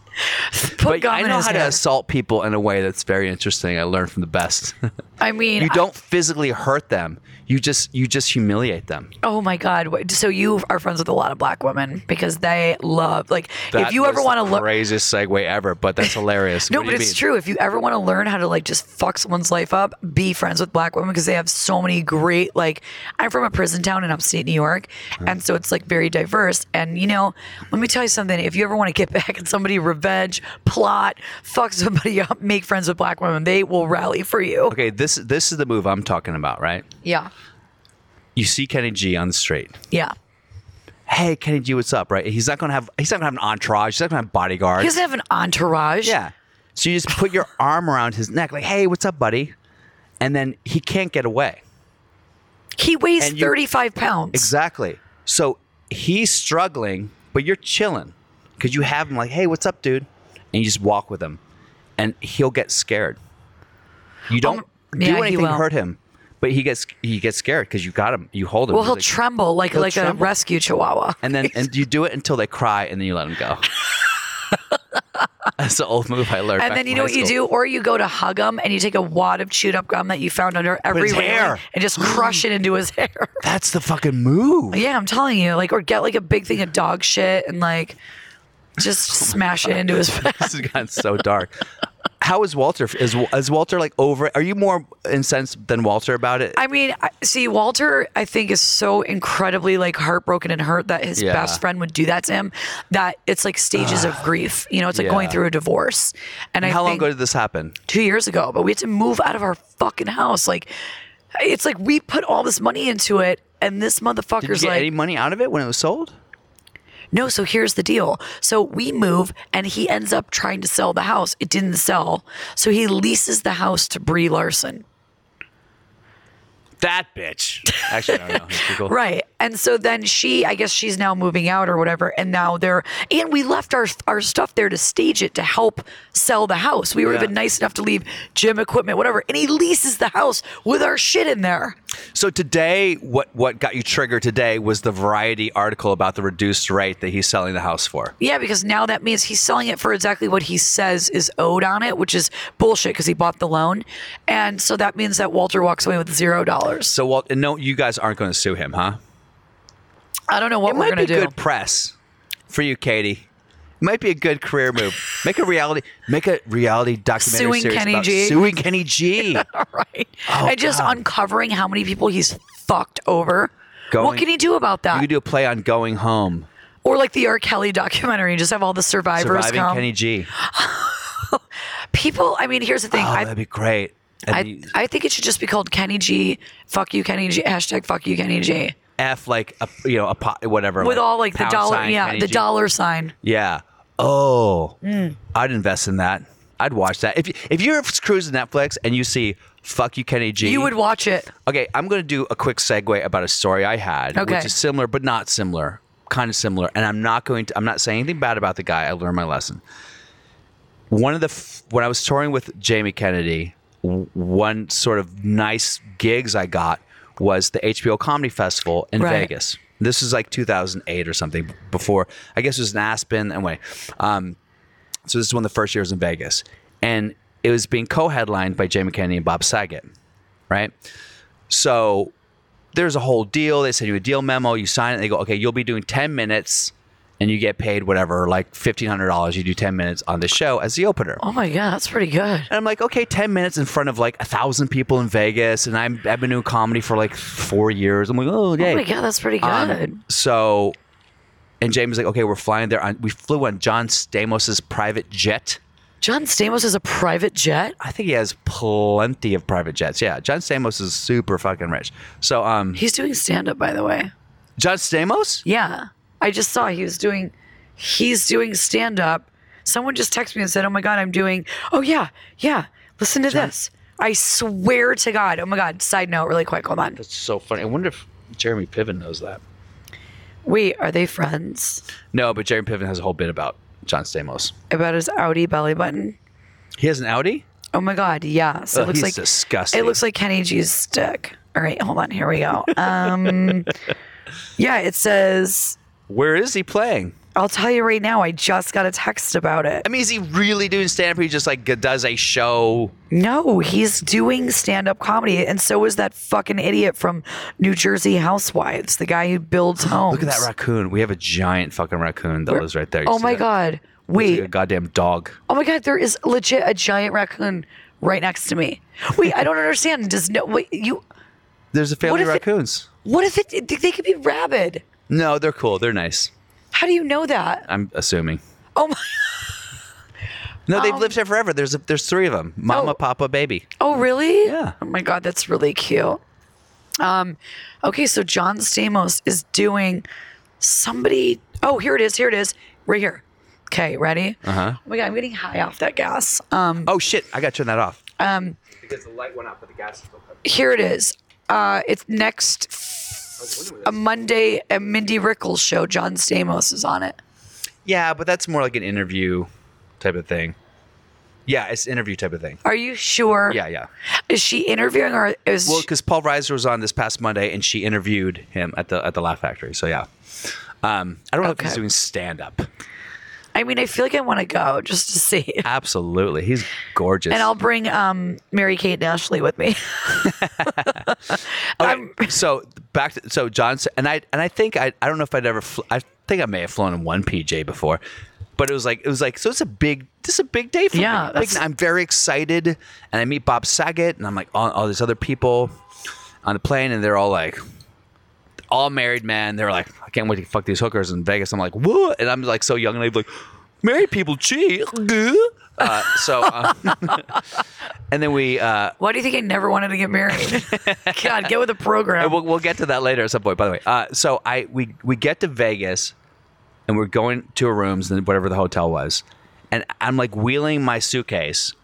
B: Put
A: But
B: gum
A: I
B: in
A: know
B: his
A: how to
B: hair.
A: assault people in a way that's very interesting. I learned from the best. *laughs*
B: I mean
A: you
B: I-
A: don't physically hurt them. You just you just humiliate them.
B: Oh my God! Wait, So you are friends with a lot of black women because they love like if
A: That
B: you ever
A: was
B: want to
A: the
B: look.
A: craziest segue ever, but
B: *laughs*
A: that's hilarious.
B: No,
A: What
B: but
A: do you
B: it's
A: mean?
B: true. If you ever want to learn how to like just fuck someone's life up, be friends with black women because they have so many great like. I'm from a prison town in upstate New York,
A: Mm-hmm.
B: and so it's like very diverse. And you know, let me tell you something. If you ever want to get *laughs* back at somebody, revenge, plot, fuck somebody *laughs* up, make friends with black women. They will rally for you.
A: Okay, this this is the move I'm talking about, right?
B: Yeah,
A: You see Kenny G on the street.
B: yeah.
A: Hey, Kenny G, what's up? Right? He's not gonna have he's not gonna have an entourage. He's not gonna have
B: He
A: bodyguards.
B: doesn't have an entourage.
A: Yeah. So you just put
B: *laughs*
A: your arm around his neck, like, hey, what's up, buddy? And then he can't get away.
B: he weighs
A: And you-
B: 35 pounds.
A: Exactly. So he's struggling, but you're chilling because you have him like, hey, what's up, dude? And you just walk with him and he'll get scared. You don't
B: Um,
A: do
B: yeah, he
A: anything to
B: will.
A: hurt him, but he gets he gets scared because you got him, you hold him.
B: Well,
A: He's
B: he'll
A: like-
B: tremble like
A: he'll
B: like
A: tremble.
B: a rescue chihuahua.
A: and then and you do it until they cry and then you let him
B: *laughs*
A: go. That's the old move I learned.
B: And
A: back
B: then you
A: in
B: know
A: high
B: what you
A: school.
B: do, or you go to hug him and you take a wad of chewed up gum that you found under every
A: his
B: railing
A: hair.
B: and just crush it into his *laughs* hair.
A: That's the fucking move.
B: yeah, I'm telling you, like, or get like a big thing of dog shit and like
A: *laughs*
B: just
A: Oh
B: smash it into his face. *laughs*
A: this has gotten so dark. How is Walter? Is is Walter like over? it? Are you more incensed than Walter about it?
B: I mean, I- see, Walter, I think is so incredibly like heartbroken and hurt that his
A: Yeah.
B: best friend would do that to him. That it's like stages of grief. You know, it's like going
A: Yeah.
B: through a divorce. And I
A: How long
B: think-
A: ago did this happen?
B: two years ago, but we had to move out of our fucking house. Like, it's like we put all this money into it, and this motherfucker's
A: Did you get
B: like,
A: any money out of it when it was sold?
B: no. So here's the deal. So we move, and he ends up trying to sell the house. It didn't sell, so he leases the house to Brie Larson.
A: That bitch. Actually, I don't know. It's pretty cool.
B: Right. And so then she, I guess she's now moving out or whatever. And now they're, and we left our, our stuff there to stage it to help sell the house. We were even nice enough to leave gym equipment, whatever. And he leases the house with our shit in there.
A: So today, what what got you triggered today was the Variety article about the reduced rate that he's selling the house for.
B: Yeah, because now that means he's selling it for exactly what he says is owed on it, which is bullshit because he bought the loan. And so that means that Walter walks away with zero dollars.
A: So Walt, and no, you guys aren't going to sue him, huh?
B: I don't know what
A: It
B: we're
A: might be
B: going to do.
A: good press for you, Katie. It might be a good career move. Make a reality, make a reality documentary
B: Suing
A: series
B: Kenny
A: about
B: G.
A: suing Kenny G.
B: *laughs* right.
A: Oh,
B: and just uncovering how many people he's fucked over. what
A: Going-
B: can he do about
A: You
B: that?
A: could do a play on Going Home,
B: or like the R. Kelly documentary, just have all the survivors
A: surviving
B: come.
A: Kenny G.
B: People, I mean, here's the thing.
A: Oh,
B: I,
A: that'd be great. And
B: I,
A: you-
B: I think it should just be called Kenny G. Fuck you, Kenny G. Hashtag fuck you, Kenny G.
A: F like a, you know a pot, whatever
B: With all like the
A: pound
B: dollar,
A: sign
B: yeah,
A: Kenny
B: the
A: G.
B: dollar Mm. sign.
A: Yeah. Oh, I'd invest in that. I'd watch that. If you- if you're cruising Netflix and you see "fuck you, Kenny G,"
B: You would watch it.
A: Okay, I'm going to do a quick segue about a story I had,
B: Okay.
A: which is similar but not similar, kind of similar. And I'm not going to. I'm not saying anything bad about the guy. I learned my lesson. One of the f- when I was touring with Jamie Kennedy, w- one sort of nice gigs I got was the HBO Comedy Festival in
B: Right.
A: Vegas. This is like 2008 or something before. I guess it was in Aspen. Anyway, um, so this is one of the first years in Vegas, and it was being co-headlined by Jay McKinney and Bob Saget, right? So there's a whole deal. They send you a deal memo. You sign it. And they go, okay, you'll be doing 10 minutes, and you get paid whatever, like $1,500. You do 10 minutes on the show as the opener.
B: Oh my god, that's pretty good.
A: And I'm like, okay, 10 minutes in front of like a thousand people in Vegas. And I'm, I've been doing comedy for like four years. I'm like, oh, yeah.
B: Oh my god, that's pretty
A: Um,
B: good.
A: so, and James was like, okay, we're flying there. On, we flew on John Stamos's private jet.
B: John Stamos has a private jet.
A: I think he has plenty of private jets. Yeah. John Stamos is super fucking rich. So, um,
B: He's doing stand up, by the way.
A: John Stamos?
B: Yeah. I just saw he was doing he's doing stand up. Someone just texted me and said, "Oh my god, I'm doing Oh yeah. Yeah. Listen to this." I swear to god. Oh my god, side note really quick. Hold on.
A: That's so funny. I wonder if Jeremy Piven knows that.
B: Wait, are they friends?
A: No, but Jeremy Piven has a whole bit about John Stamos.
B: About his Audi belly button.
A: He has an Audi?
B: Oh my god, yeah. So
A: Ugh,
B: it looks
A: he's
B: like
A: disgusting.
B: It looks like Kenny G's stick. All right, hold on. Here we go.
A: *laughs*
B: Um, yeah, it says.
A: Where is he playing?
B: I'll tell you right now. I just got a text about it.
A: I mean, is he really doing stand up? He just like does a show.
B: No, he's doing stand-up comedy, and so is that fucking idiot from New Jersey Housewives, the guy who builds homes.
A: Look at that raccoon. We have a giant fucking raccoon that lives right there. You
B: Oh
A: see
B: my
A: that?
B: god!
A: It's like
B: Wait.
A: a goddamn dog.
B: Oh my god! There is legit a giant raccoon right next to me. Wait, I don't understand. Does no? Wait, you.
A: There's a family
B: if
A: of
B: it-
A: raccoons.
B: What if it? They could be rabid.
A: No, they're cool. They're nice.
B: How do you know that?
A: I'm assuming.
B: Oh my. *laughs* Um,
A: No, they've lived here forever. There's a, there's three of them. Mama,
B: Oh.
A: Papa, baby.
B: Oh, really?
A: Yeah.
B: Oh my God, that's really cute. Um, okay, so John Stamos is doing somebody. Oh, here it is. Here it is. Right here. Okay, ready? Uh
A: Uh-huh.
B: huh. Oh my God, I'm getting high off that gas. Um,
A: Oh shit! I got to turn that off. Um. Because the light went out, but the gas is still coming.
B: here it is. Uh, it's next f- a Monday. A Mindy Rickles show. John Stamos is on it.
A: Yeah, but that's more like an interview type of thing. Yeah, it's interview type of thing.
B: Are you sure?
A: Yeah, yeah.
B: Is she interviewing or is?
A: Well,
B: she-
A: because Paul Reiser was on this past Monday, and she interviewed him at the at the Laugh Factory. So yeah, um, I don't know if he's
B: Okay.
A: doing stand up.
B: I mean, I feel like I want to go just to see.
A: Absolutely, he's gorgeous.
B: And I'll bring um, Mary Kate and Ashley with me. *laughs*
A: Okay,
B: I'm- *laughs*
A: so back to so Johnson and I and I think I I don't know if I'd ever fl- I think I may have flown in one PJ before, but it was like it was like so it's a big this is a big day for
B: Yeah,
A: me. Big-
B: that's-
A: I'm very excited, and I meet Bob Saget, and I'm like all, all these other people on the plane, and they're all like. All married men, they're like, I can't wait to fuck these hookers in Vegas. I'm like, what? And I'm like so young, and they're like, married people
B: *laughs*
A: cheat. Uh, so, uh, *laughs* and then we, uh,
B: Why do you think I never wanted to get married? *laughs* God, get with the program.
A: And we'll, we'll get to that later at some point. By the way, uh, so I we we get to Vegas, and we're going to our rooms and whatever the hotel was, and I'm like wheeling my suitcase,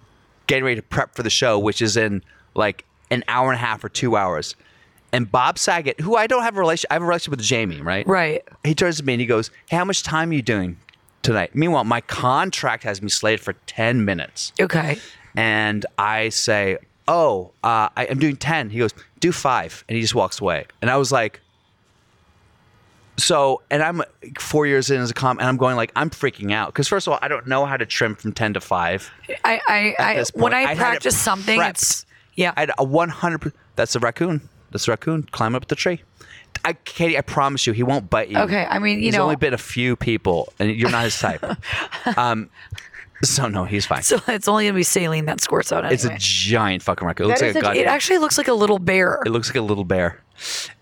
A: getting ready to prep for the show, which is in like an hour and a half or two hours. And Bob Saget, who I don't have a relation, I have a relationship with Jamie, right?
B: right.
A: He turns to me and he goes, "Hey, how much time are you doing tonight?" Meanwhile, my contract has me slated for ten minutes
B: Okay.
A: and I say, "Oh, uh, I, I'm doing 10." He goes, "Do five. and he just walks away. And I was like, "So," and I'm four years in as a com, and I'm going like, I'm freaking out because first of all, I don't know how to trim from 10 to five.
B: I, I, I
A: this
B: when
A: point, I
B: I
A: had it
B: practice something,
A: prepped.
B: it's yeah.
A: I had a 100. per- That's a raccoon. That's a raccoon climbing up the tree. I, Katie, I promise you, he won't bite you.
B: Okay, I mean, you
A: he's
B: know-
A: only bit a few people, and you're not his
B: *laughs*
A: type. um, so no, he's fine.
B: so it's only gonna be saline that squirts out. Anyway.
A: it's a giant fucking raccoon. It looks
B: That
A: like
B: is
A: a
B: a-
A: goddamn.
B: it actually looks like a little bear.
A: It looks like a little bear,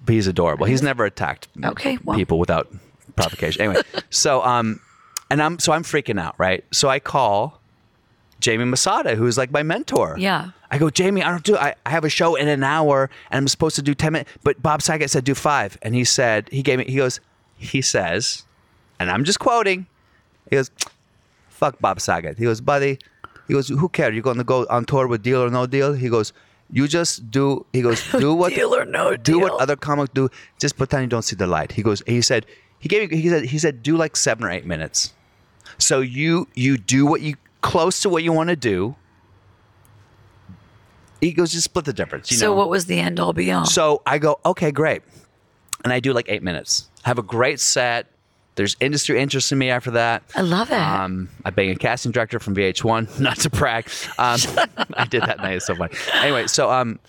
A: but he's adorable. He's never attacked
B: Okay, well.
A: people without provocation.
B: *laughs*
A: Anyway, so um, and I'm so I'm freaking out, right? So I call Jamie Masada, who's like my mentor.
B: Yeah.
A: I go, Jamie, I don't do. I, I have a show in an hour, and I'm supposed to do ten minutes. But Bob Saget said do five, and he said he gave me. He goes, he says, and I'm just quoting. He goes, fuck Bob Saget. He goes, buddy, he goes, who cares? You're going to go on tour with Deal or No Deal? He goes, you just do, he
B: *laughs*
A: goes, do what,
B: Deal or No
A: do what
B: Deal.
A: other comic do. Just pretend you don't see the light. He goes, he said, he gave, me- he said, he said, do like seven or eight minutes. So you, you do what you, close to what you want to do. He goes, just split the difference. You
B: so
A: know?
B: what was the end all be all?
A: So I go, okay, great. and I do like eight minutes. Have a great set. There's industry interest in me after that.
B: I love it.
A: Um, I bang a casting director from VH1, *laughs* not to brag. Um, *laughs* I did that night. It's so funny. Anyway, so um,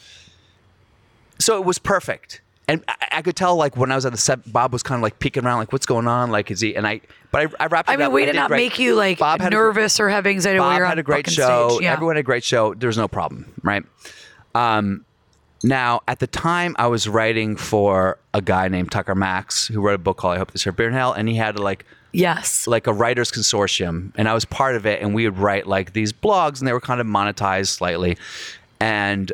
A: so it was perfect, and I, I could tell like when I was at the set, Bob was kind of like peeking around, like what's going on, like is he? And I, but I, I wrapped. It
B: I mean,
A: up.
B: we did
A: did
B: not
A: great.
B: make you like
A: Bob had a-
B: nervous or have anxiety while
A: Bob
B: you're on
A: had a great
B: fucking
A: show.
B: Stage. Yeah.
A: Everyone had a great show. There was no problem, right? Um, now, at the time, I was writing for a guy named Tucker Max, who wrote a book called "I Hope This Here Beer and Hell," and he had like
B: Yes.
A: like a writers consortium, and I was part of it. And we would write like these blogs, and they were kind of monetized slightly. And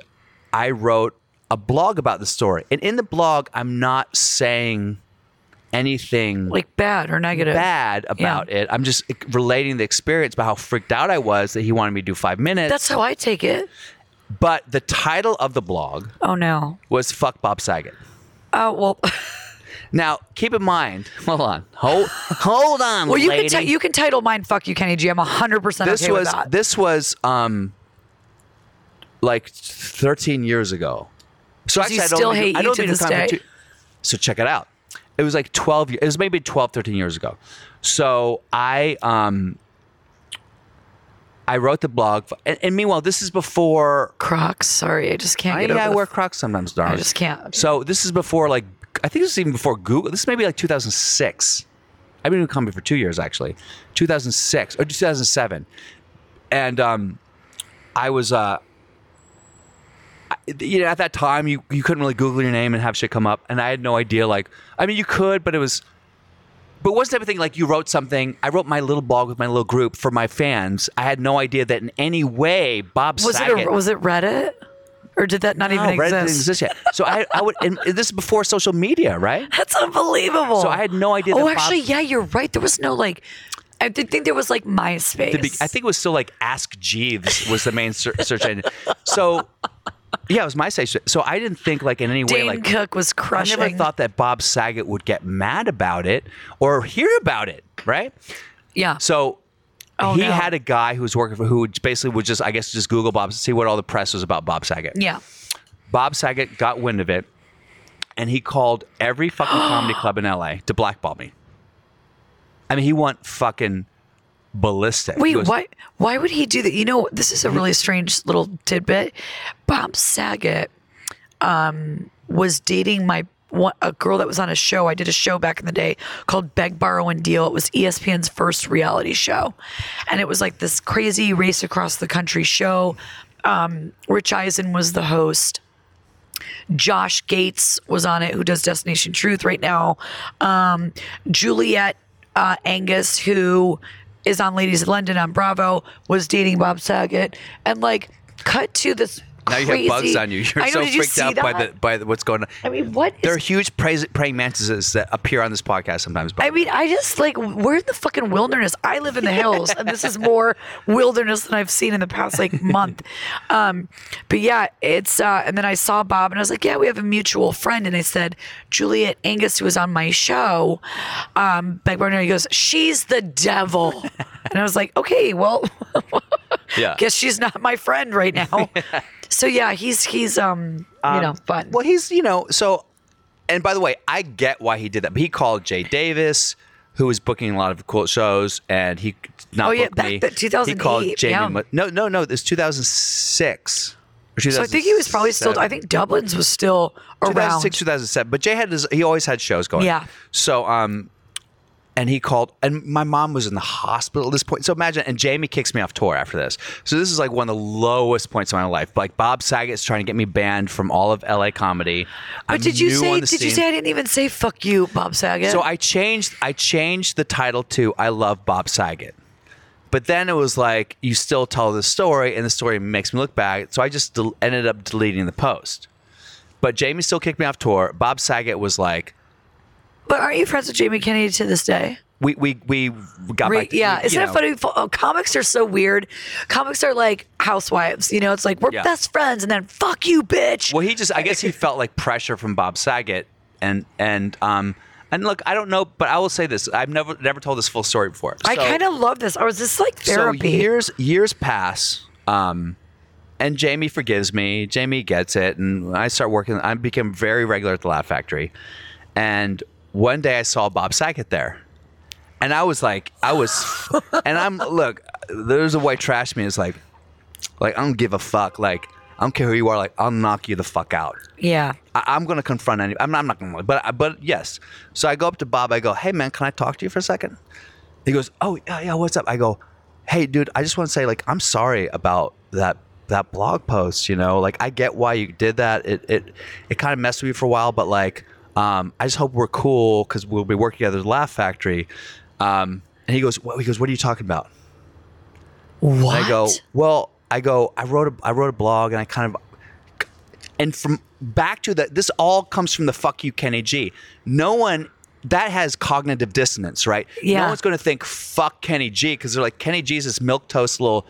A: I wrote a blog about the story, and in the blog, I'm not saying anything
B: Like bad or negative.
A: bad about it. I'm just relating the experience about how freaked out I was that he wanted me to do five minutes.
B: That's how I take it.
A: but the title of the blog
B: Oh no.
A: was "Fuck Bob Saget."
B: Oh well.
A: Now, keep in mind. Hold on. Hold, *laughs* hold on.
B: Well, you
A: lady.
B: can t- you can title mine "Fuck You, Kenny G." I'm 100 percent
A: this
B: okay
A: was
B: with that.
A: this was um like 13 years ago. So
B: Does he
A: actually, I don't
B: still
A: mean
B: hate
A: I
B: you
A: don't
B: to
A: mean
B: this
A: comment
B: day?
A: too- So check it out. It was like 12 years. It was maybe 12, 13 years ago. So I um I wrote the blog, and, and meanwhile, this is before
B: Crocs. Sorry, I just can't
A: I,
B: get
A: yeah, I
B: over.
A: wear
B: the-
A: Crocs sometimes, darling.
B: I just can't.
A: So this is before like I think this is even before Google. This is maybe like 2006. I've been in the company for two years actually, 2006 or 2007, and um, I was uh, I- you know at that time you you couldn't really Google your name and have shit come up, and I had no idea like I mean you could, but it was. But it wasn't everything like you wrote something? I wrote my little blog with my little group for my fans. I had no idea that in any way Bob
B: was it
A: Saget
B: a, was it Reddit or did that not
A: no,
B: even
A: Reddit
B: exist?
A: didn't exist yet. So I, I would. And this is before social media,
B: *laughs*
A: right?
B: That's unbelievable.
A: So I had no idea that
B: Oh,
A: Bob-
B: actually, yeah, you're right. There was no like. I did think there was like MySpace.
A: The be- I think it was still like Ask Jeeves was the main ser- search engine. So yeah, it was my site. So I didn't think like in any way
B: Dane
A: like
B: Cook was
A: I
B: crushing.
A: never thought that Bob Saget would get mad about it or hear about it, right?
B: Yeah.
A: So
B: Oh,
A: he
B: no.
A: had a guy who was working for who would basically would just I guess just Google Bob see what all the press was about Bob Saget.
B: yeah.
A: Bob Saget got wind of it, and he called every fucking
B: *gasps*
A: comedy club in LA to blackball me. I mean, he went fucking ballistic. He
B: Wait,
A: goes,
B: why? Why would he do that? You know, this is a really strange little tidbit. Bob Saget um, was dating my one- a girl that was on a show. I did a show back in the day called Beg, Borrow, and Deal. It was E ESPN's first reality show, and it was like this crazy race across the country show. Um, Rich Eisen was the host. Josh Gates was on it, who does Destination Truth right now. Um, Juliet uh, Angus, who is on Ladies of London on Bravo, was dating Bob Saget, and like cut to this.
A: Now you
B: crazy-
A: have bugs on you. You're
B: I know,
A: so
B: did you
A: freaked
B: see
A: out by
B: that?
A: the by the, what's going on.
B: I mean, what
A: there are
B: is-
A: huge praise, praying mantises that appear on this podcast sometimes. By
B: I
A: the way.
B: mean, I just like we're in the fucking wilderness. I live in the hills, and this is more wilderness than I've seen in the past like month. Um, but yeah, it's uh, and then I saw Bob, and I was like, yeah, we have a mutual friend, and I said Juliet Angus, who was on my show, um, Beck Burner. He goes, she's the devil, and I was like, okay, well,
A: yeah.
B: guess she's not my friend right now. So yeah, he's he's um, you know, fun.
A: Well, he's you know so, and by the way, I get why he did that. But he called Jay Davis, who was booking a lot of cool shows, and he not
B: Oh, yeah,
A: booked
B: back
A: me.
B: the
A: He called
B: 2008,
A: Jamie.
B: yeah.
A: Mo- no, no, no. This 2006.
B: so I think he was probably still. I think Dublin's was still around.
A: 2006, 2007. But Jay had his, he always had shows going.
B: Yeah.
A: So um, and he called, and my mom was in the hospital at this point. So imagine, and Jamie kicks me off tour after this. So this is like one of the lowest points of my life. Like Bob Saget's trying to get me banned from all of LA comedy.
B: But did you say? Did you say I didn't even say fuck you, Bob Saget?
A: So I changed I changed the title to I love Bob Saget. But then it was like you still tell the story and the story makes me look bad. So I just del- ended up deleting the post. But Jamie still kicked me off tour. Bob Saget was like
B: but aren't you friends with Jamie Kennedy to this day?
A: we we we got
B: Re-
A: back to,
B: yeah,
A: you
B: isn't
A: know.
B: it funny? Fo- oh, comics are so weird. Comics are like housewives. You know, it's like we're
A: Yeah.
B: best friends, and then fuck you, bitch.
A: Well, he just I guess he felt like pressure from Bob Saget and and um and look, I don't know, but I will say this. I've never never told this full story before.
B: I
A: So-
B: kind of love this. Or is this like
A: So
B: therapy?
A: years years pass, um, and Jamie forgives me. Jamie gets it, and I start working. I became very regular at the Laugh Factory, And one day I saw Bob Saget there. And I was like, I was, and I'm, look, there's a white trash man. It's like, like, I don't give a fuck. Like, I don't care who you are. Like, I'll knock you the fuck out.
B: Yeah.
A: I, I'm gonna confront any. I'm not, I'm not gonna, but but yes. So I go up to Bob. I go, hey man, can I talk to you for a second? He goes, oh yeah, yeah, what's up? I go, hey dude, I just want to say like I'm sorry about that that blog post. You know, like I get why you did that. It it it kind of messed with me for a while, but like um, I just hope we're cool because we'll be working together at the Laugh Factory. Um, and he goes, what? He goes, what are you talking about?
B: What?
A: And I go, well, I go, I wrote a, I wrote a blog, and I kind of, and from back to that, this all comes from the fuck you, Kenny G. No one that has cognitive dissonance, right?
B: Yeah.
A: No one's going to think fuck Kenny G because they're like Kenny G's this milk toast
B: *laughs*
A: little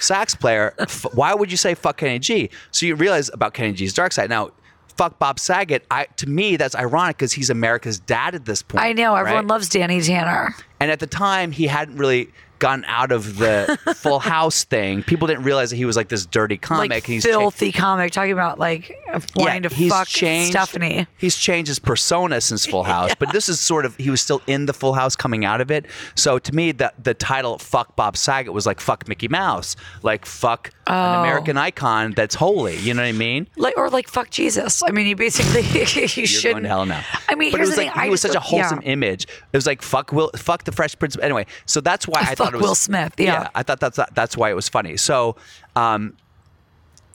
A: sax player. F- why would you say fuck Kenny G? So you realize about Kenny G's dark side now. Fuck Bob Saget. I to me that's ironic because he's America's dad at this point.
B: I know. Everyone
A: right?
B: loves Danny Tanner.
A: And at the time, he hadn't really gotten out of
B: *laughs*
A: the Full House thing. People didn't realize that he was like this dirty comic.
B: like
A: and he's
B: filthy comic talking about like
A: cha-
B: wanting
A: yeah,
B: to
A: he's
B: fuck
A: changed-
B: Stephanie.
A: He's changed his persona since
B: *laughs*
A: Full House, but this is sort of he was still in the Full House coming out of it. So to me, that the title "Fuck Bob Saget" was like "Fuck Mickey Mouse," like "Fuck an
B: Oh.
A: American icon that's holy." You know what I mean?
B: Like or like fuck Jesus. I mean, you basically *laughs* you
A: You're
B: should
A: going to hell now.
B: I mean,
A: but
B: here's
A: it was
B: the
A: like
B: thing. I
A: he was
B: just-
A: such a wholesome
B: yeah.
A: image. It was like fuck Will, fuck the Fresh Prince. Anyway, so that's
B: *laughs*
A: why I thought
B: Fuck
A: it was
B: Will Smith, yeah.
A: I thought that's that's why it was funny. So, um,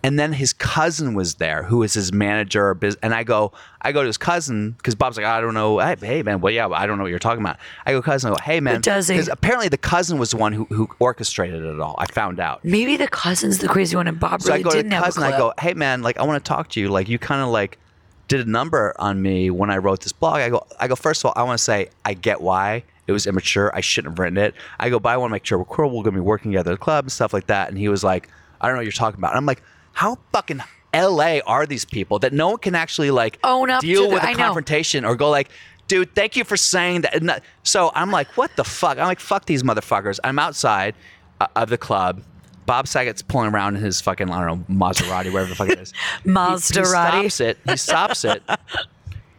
A: and then his cousin was there, who is his manager. Or bus- and I go, I go to his cousin because Bob's like, I don't know. Hey, hey, man, well, yeah, I don't know what you're talking about. I go, cousin, I go, hey, man,
B: does he?
A: Because apparently the cousin was the one who who orchestrated it all. I found out.
B: Maybe the cousin's the crazy one, and Bob
A: So
B: really
A: I go to
B: didn't
A: the
B: have a
A: cousin. I
B: clue.
A: go, hey man, like I want to talk to you. Like you kind of like did a number on me when I wrote this blog. I go, I go. First of all, I want to say I get why it was immature. I shouldn't have written it. I go, but I want to make sure we're cool. We're gonna be working together at the club and stuff like that. And he was like, I don't know what you're talking about. And I'm like, how fucking. LA are these people that no one can actually like
B: Own up
A: deal
B: to the-
A: with a
B: I know.
A: confrontation or go like, dude, thank you for saying that. And that- So I'm like, what the fuck? I'm like, fuck these motherfuckers. I'm outside uh, of the club. Bob Saget's pulling around in his fucking, I don't know, Maserati, wherever the fuck it is.
B: Maserati.
A: He, he stops it. He stops it.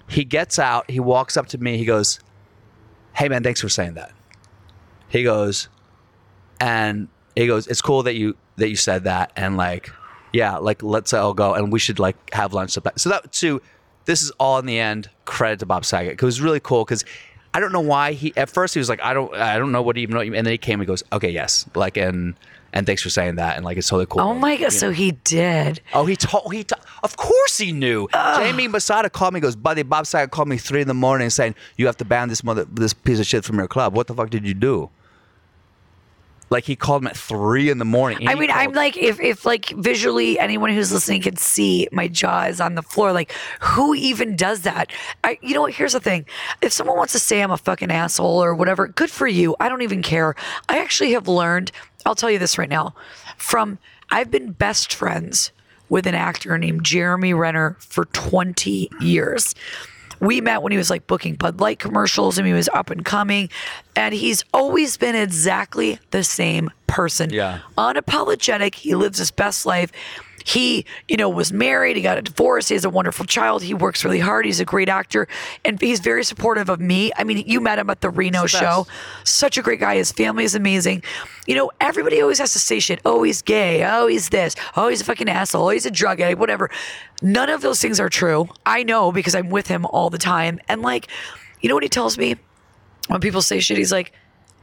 A: he gets out. He walks up to me. He goes, hey man, thanks for saying that. He goes, and he goes, it's cool that you that you said that, and like, yeah, like let's all go, and we should like have lunch. So that too, this is all in the end credit to Bob Saget. 'cause It was really cool because I don't know why he at first he was like, I don't, I don't know what he even know, what you-" and then he came and goes, okay, yes, like and and thanks for saying that, and like it's totally cool.
B: oh my god! So he did.
A: Oh, he told he. To- of course, he knew. Jamie Masada called me. Goes, buddy, Bob Saget called me three in the morning saying you have to ban this mother, this piece of shit from your club. What the fuck did you do? Like he called him at three in the morning. and
B: I
A: he
B: mean, I'm
A: called-
B: like, if if like visually anyone who's listening could see my jaw is on the floor. Like, who even does that? I, you know what? Here's the thing: if someone wants to say I'm a fucking asshole or whatever, good for you. I don't even care. I actually have learned. I'll tell you this right now. From I've been best friends with an actor named Jeremy Renner for 20 years. We met when he was like booking Bud Light commercials and he was up and coming. And he's always been exactly the same person.
A: Yeah.
B: Unapologetic. He lives his best life. He, you know, was married. He got a divorce. He has a wonderful child. He works really hard. He's a great actor. And he's very supportive of me. I mean, you met him at the Reno
A: the
B: show.
A: best.
B: Such a great guy. His family is amazing. You know, everybody always has to say shit. Oh, he's gay. Oh, he's this. Oh, he's a fucking asshole. Oh, he's a drug addict. Whatever. None of those things are true. I know because I'm with him all the time. And like, you know what he tells me when people say shit? He's like,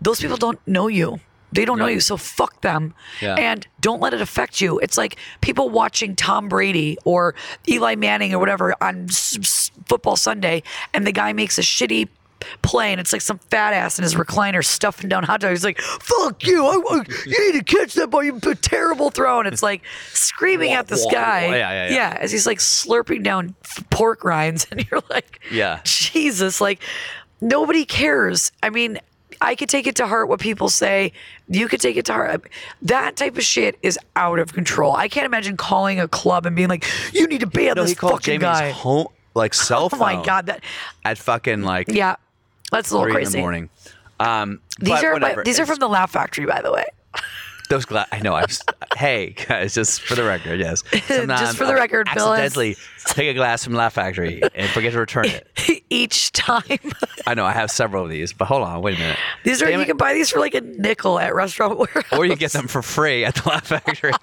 B: those people don't know you. They don't know you, so fuck them.
A: Yeah.
B: And don't let it affect you. It's like people watching Tom Brady or Eli Manning or whatever on s- s- football Sunday, and the guy makes a shitty play, and it's like some fat ass in his recliner stuffing down hot dogs. He's like, "Fuck you! I, I, you need to catch that ball. You p- terrible throw!" And it's like screaming at this
A: Wah, wah,
B: guy.
A: wah. Yeah, yeah, yeah.
B: uh, as he's like slurping down f- pork rinds, *laughs* and you're like,
A: Yeah.
B: Jesus, like nobody cares. I mean, I could take it to heart what people say. You could take it to heart. That type of shit is out of control. I can't imagine calling a club and being like, "You need to ban
A: No,
B: this
A: he called
B: fucking
A: Jamie's
B: guy."
A: home, like cell
B: *laughs* Oh
A: phone.
B: my god, that
A: At fucking like
B: yeah, that's a little
A: three
B: crazy.
A: in the morning. Um,
B: These
A: but
B: are my-
A: whatever.
B: these are from the Laugh Factory, by the way. *laughs*
A: Those gla- I know. I was. *laughs* hey guys, just for the record,
B: *laughs*
A: yes. Sometimes
B: for the
A: I
B: record, Bill has-
A: accidentally take a glass from Laugh Factory and forget to return it.
B: each time.
A: I know I have several of these, but hold on, wait a minute.
B: These are
A: Damn
B: you
A: it.
B: can buy these for like a nickel at restaurant *laughs* warehouse.
A: Or you get them for free at the Laugh Factory.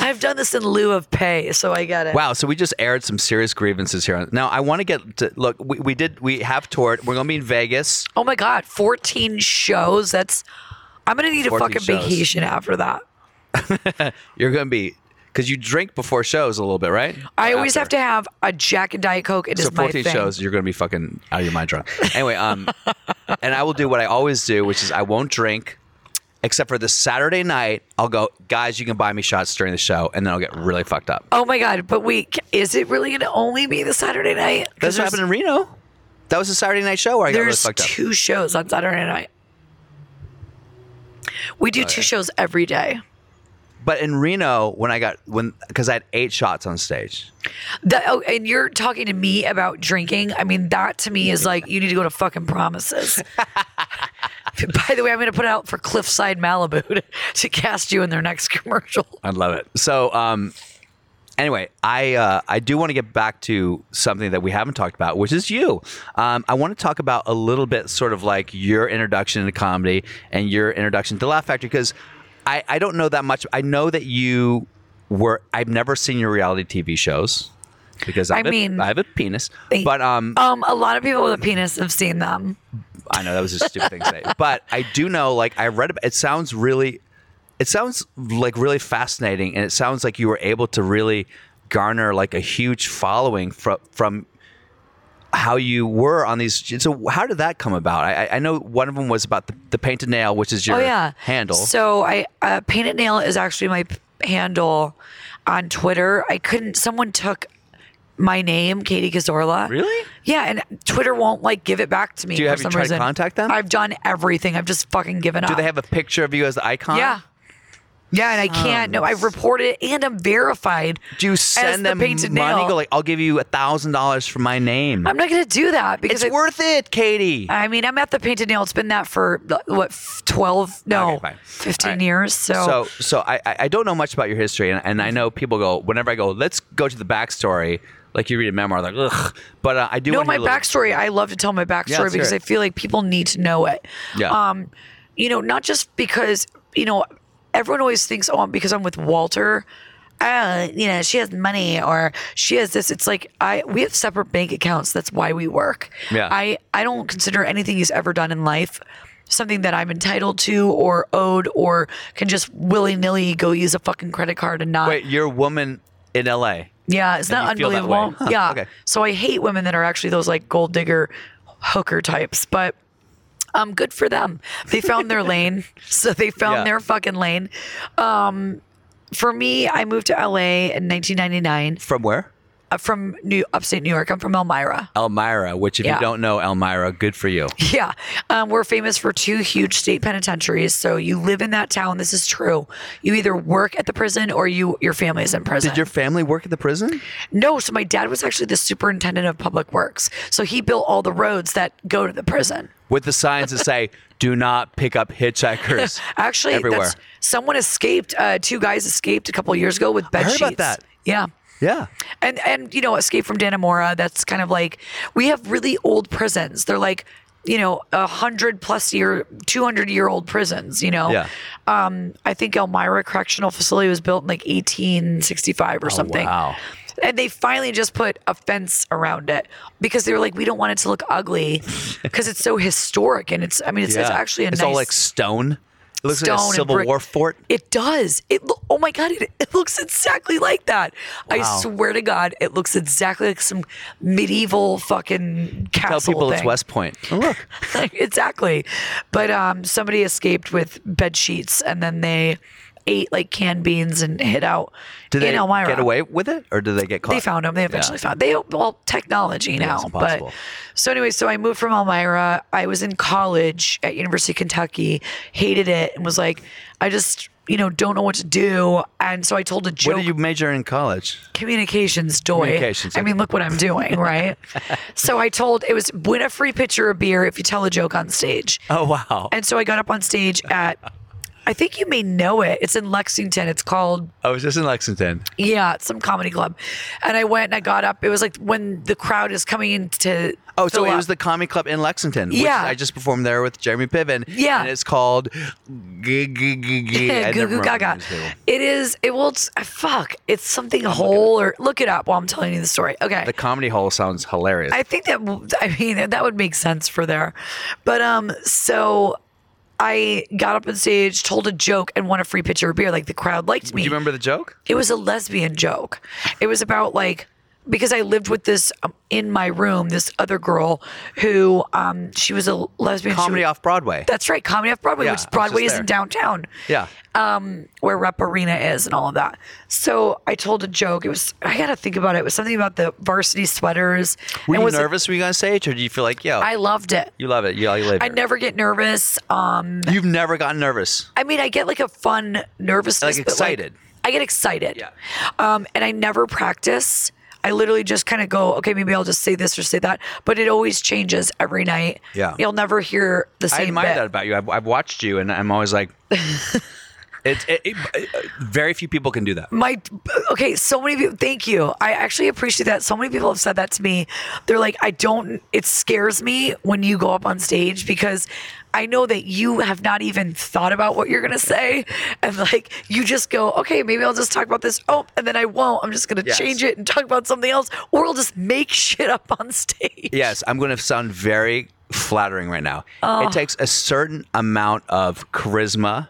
B: I've done this in lieu of pay, so I get
A: *laughs*
B: it.
A: wow. So we just aired some serious grievances here. Now I want to get to look. We, we did. We have toured. We're gonna be in Vegas.
B: Oh my god, 14 shows. That's I'm gonna need a
A: 14
B: fucking
A: shows.
B: vacation after that.
A: You're gonna be because you drink before shows a little bit, right?
B: I always
A: After.
B: have to have a Jack and Diet Coke. It is
A: so
B: my
A: 14
B: thing.
A: shows you're gonna be fucking out of your mind drunk anyway
B: *laughs*
A: um and i will do what i always do which is i won't drink except for this saturday night i'll go guys you can buy me shots during the show and then i'll get really fucked up
B: Oh my god, but we is it really gonna only be the Saturday night? 'Cause
A: that's what happened in reno that was a saturday night show where i got really
B: There's
A: fucked up
B: two shows on Saturday night.
A: Oh,
B: We do two shows every day.
A: but in reno when i got when because i had eight shots on stage
B: That, oh, and you're talking to me about drinking. I mean, that to me is like you need to go to fucking promises. *laughs* By the way, I'm going to put it out for Cliffside Malibu *laughs* to cast you in their next *laughs* commercial.
A: i love it so um Anyway, I uh, I do want to get back to something that we haven't talked about, which is you. Um, I want to talk about a little bit, sort of like your introduction to comedy and your introduction to Laugh Factory, because I, I don't know that much. I know that you were. I've never seen your reality TV shows because I,
B: I
A: have a-
B: mean-
A: I have a penis,
B: Thank-
A: but um,
B: Um, a lot of people with a penis have seen them.
A: I know that was a stupid thing to say, but I do know. Like I read, about, it sounds really, it sounds like really fascinating, and it sounds like you were able to really garner like a huge following from from how you were on these. So how did that come about? I, I- I know one of them was about the, the painted nail, which is your
B: oh yeah
A: handle.
B: so i uh, painted nail is actually my p- handle on twitter i couldn't someone took my name katie kazorla
A: Really?
B: yeah and twitter won't like give it back to me
A: Do you-
B: for
A: have you
B: some
A: tried to
B: reason.
A: contact them?
B: i've done everything i've just fucking given
A: do
B: up
A: they have a picture of you as the icon?
B: yeah yeah and i can't no i've reported it and i'm verified
A: Oh. Do you
B: as
A: send
B: the
A: them
B: painted
A: money?
B: nail.
A: Go like, I'll give you a thousand dollars for my name.
B: i'm not gonna do that because
A: it's
B: I,
A: worth it, Katie.
B: I mean, I'm at the painted nail. It's been that for what, f- 12, no,
A: Okay, fine.
B: 15
A: All right.
B: years.
A: so so I I I don't know much about your history, and, and I know people go whenever I go, let's go to the backstory. Like you read a memoir, like ugh. But uh, I do
B: No,
A: wanna
B: my
A: hear a little-
B: backstory. I love to tell my
A: Yeah,
B: backstory
A: let's hear
B: because
A: it.
B: I feel like people need to know it.
A: Yeah.
B: Um, you know, not just because you know everyone always thinks, oh, because I'm with Walter. Uh, you know, she has money or she has this. It's like I we have separate bank accounts. That's why we work.
A: Yeah.
B: I I don't consider anything he's ever done in life something that I'm entitled to or owed or can just willy nilly go use a fucking credit card and not
A: Wait, you're a woman in L.A.
B: yeah, it's not
A: you feel that way.
B: unbelievable.
A: Huh,
B: Yeah.
A: okay.
B: So I hate women that are actually those like gold digger hooker types, but um good for them. They found
A: *laughs*
B: their lane. So they found
A: Yeah.
B: their fucking lane. Um for me, I moved to LA in 1999
A: From where?
B: uh, from New upstate New York. I'm from Elmira. *laughs*
A: Elmira. Which, if
B: Yeah.
A: you don't know Elmira, good for you.
B: Yeah. Um, we're famous for two huge state penitentiaries. So you live in that town. This is true. You either work at the prison or you your family is in prison.
A: Did your family work at the prison?
B: No, so my dad was actually the superintendent of public works. So he built all the roads that go to the prison.
A: With the signs that say *laughs* "Do not pick up hitchhikers."
B: *laughs* Actually,
A: everywhere.
B: That's, someone escaped. Uh, two guys escaped a couple years ago with bed
A: heard
B: sheets.
A: about that.
B: Yeah.
A: yeah.
B: And and you know, Escape from Dannemora. That's kind of like we have really old prisons. They're like you know, a hundred plus year, two hundred year old prisons. You know,
A: Yeah.
B: um, I think Elmira Correctional Facility was built in like eighteen sixty five or something.
A: Oh, wow.
B: And they finally just put a fence around it because they were like, we don't want it to look ugly *laughs* because it's so historic and it's. I mean, it's, it's
A: Yeah.
B: actually a
A: it's
B: nice.
A: all like stone. It looks like
B: stone
A: a
B: and
A: Civil
B: brick.
A: War fort.
B: It does. It lo- oh my god, it, it looks exactly like that.
A: Wow.
B: I swear to God, it looks exactly like some medieval fucking
A: Tell
B: castle.
A: people it's
B: thing.
A: West Point. Oh, look,
B: *laughs* exactly. But um, somebody escaped with bed sheets, and then they ate like canned beans and hid out
A: did
B: in
A: they
B: Elmira.
A: get away with it, or did they get caught?
B: They found them. They eventually found. They well technology now,
A: it's
B: but
A: impossible.
B: so anyway, so I moved from Elmira. I was in college at University of Kentucky. Hated it and was like, I just you know don't know what to do. And so I told a joke.
A: What did you major in college?
B: communications, doy.
A: Communications,
B: I mean,
A: okay.
B: look what I'm
A: *laughs*
B: doing, right? so I told it was win Oh, a free pitcher of beer if you tell a joke on stage.
A: Oh wow!
B: And so I got up on stage at I think you may know it. It's in Lexington. It's called
A: I was just in Lexington.
B: yeah, it's some comedy club. And I went and I got up. It was like when the crowd is coming in to
A: Oh, so
B: fill
A: it
B: up.
A: was the comedy club in Lexington. which
B: Yeah.
A: I just performed there with Jeremy Piven.
B: Yeah.
A: and it's called G- G- G- G- I never
B: *laughs* Goo Goo
A: remember the
B: Gaga.
A: musical.
B: It is. It will. It's, uh, fuck. It's something whole or look it up while I'm telling you the story. Okay.
A: The comedy hall sounds hilarious.
B: I think that w- I mean that would make sense for there, but um, so I got up on stage, told a joke, and won a free pitcher of beer. Like the crowd liked
A: Do
B: me.
A: you remember the joke?
B: It was a lesbian joke. It was about like because I lived with this um, in my room, this other girl who um, she was a lesbian. She
A: Comedy
B: was-
A: off Broadway.
B: That's right, comedy off Broadway,
A: Yeah, I was
B: which
A: just
B: Broadway is in
A: there.
B: downtown
A: yeah.
B: um, where Rep Arena is and all of that. So I told a joke. It was I gotta think about it. It was something about the varsity sweaters.
A: Were
B: and
A: you
B: was it-
A: nervous when you got on stage, or do you feel like, yo,
B: I loved it.
A: you love it, you, you live
B: I
A: here.
B: never get nervous. Um,
A: You've never gotten nervous.
B: I mean, I get like a fun nervousness,
A: Like
B: but,
A: excited.
B: I get excited.
A: Yeah.
B: Um, and I never practice. I literally just kind of go, okay, maybe I'll just say this or say that, but it always changes every night.
A: Yeah.
B: You'll never hear the same
A: I admire
B: bit.
A: that about you. I've, I've watched you, and I'm always
B: *laughs*
A: like, it's it, it, very few people can do that.
B: my okay so many people thank you i actually appreciate that so many people have said that to me they're like i don't it scares me when you go up on stage because i know that you have not even thought about what you're gonna say and like you just go okay maybe i'll just talk about this oh and then i won't i'm just gonna
A: Yes.
B: change it and talk about something else or i'll just make *laughs* shit up on stage
A: Yes, I'm going to sound very flattering right now.
B: Oh.
A: It takes a certain amount of charisma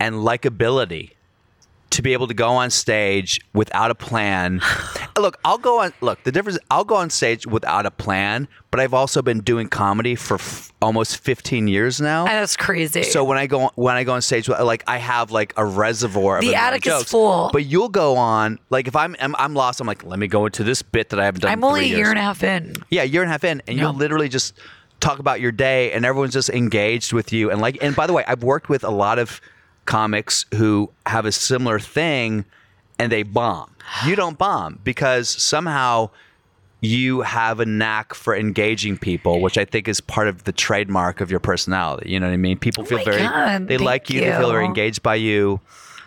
A: and likability to be able to go on stage without a
B: *laughs*
A: plan. look, I'll go on. Look, the difference. I'll go on stage without a plan, but I've also been doing comedy for f- almost 15 years now.
B: and that's crazy
A: So when I go when I go on stage, like I have like a reservoir. Of
B: The
A: amount of
B: attic is
A: jokes.
B: full.
A: But you'll go on like if I'm, I'm I'm lost. I'm like let me go into this bit that I haven't done.
B: i'm
A: in
B: only a
A: three
B: year
A: years.
B: and a half in
A: Yeah, year and a half in, and you'll
B: Yeah.
A: literally just talk about your day, and everyone's just engaged with you. And like, and by the way, I've worked with a lot of comics who have a similar thing, and they bomb. You don't bomb because somehow you have a knack for engaging people, which I think is part of the trademark of your personality. You know what I mean? People feel
B: Oh my
A: very
B: God,
A: they
B: thank
A: like you, they feel very
B: you.
A: engaged by you.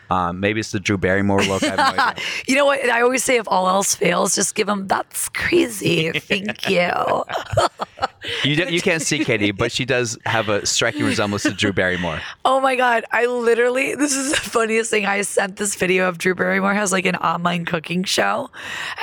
A: Um, maybe it's the Drew Barrymore look. I
B: *laughs*
A: have no idea.
B: You know what? I always say if all else fails, just give them that's crazy.
A: *laughs*
B: Thank you.
A: You, don't- you can't see Katie, but she does have a striking resemblance to Drew Barrymore.
B: Oh my God. I literally, this is the *laughs* funniest thing. I sent this video of Drew Barrymore has like an online cooking show.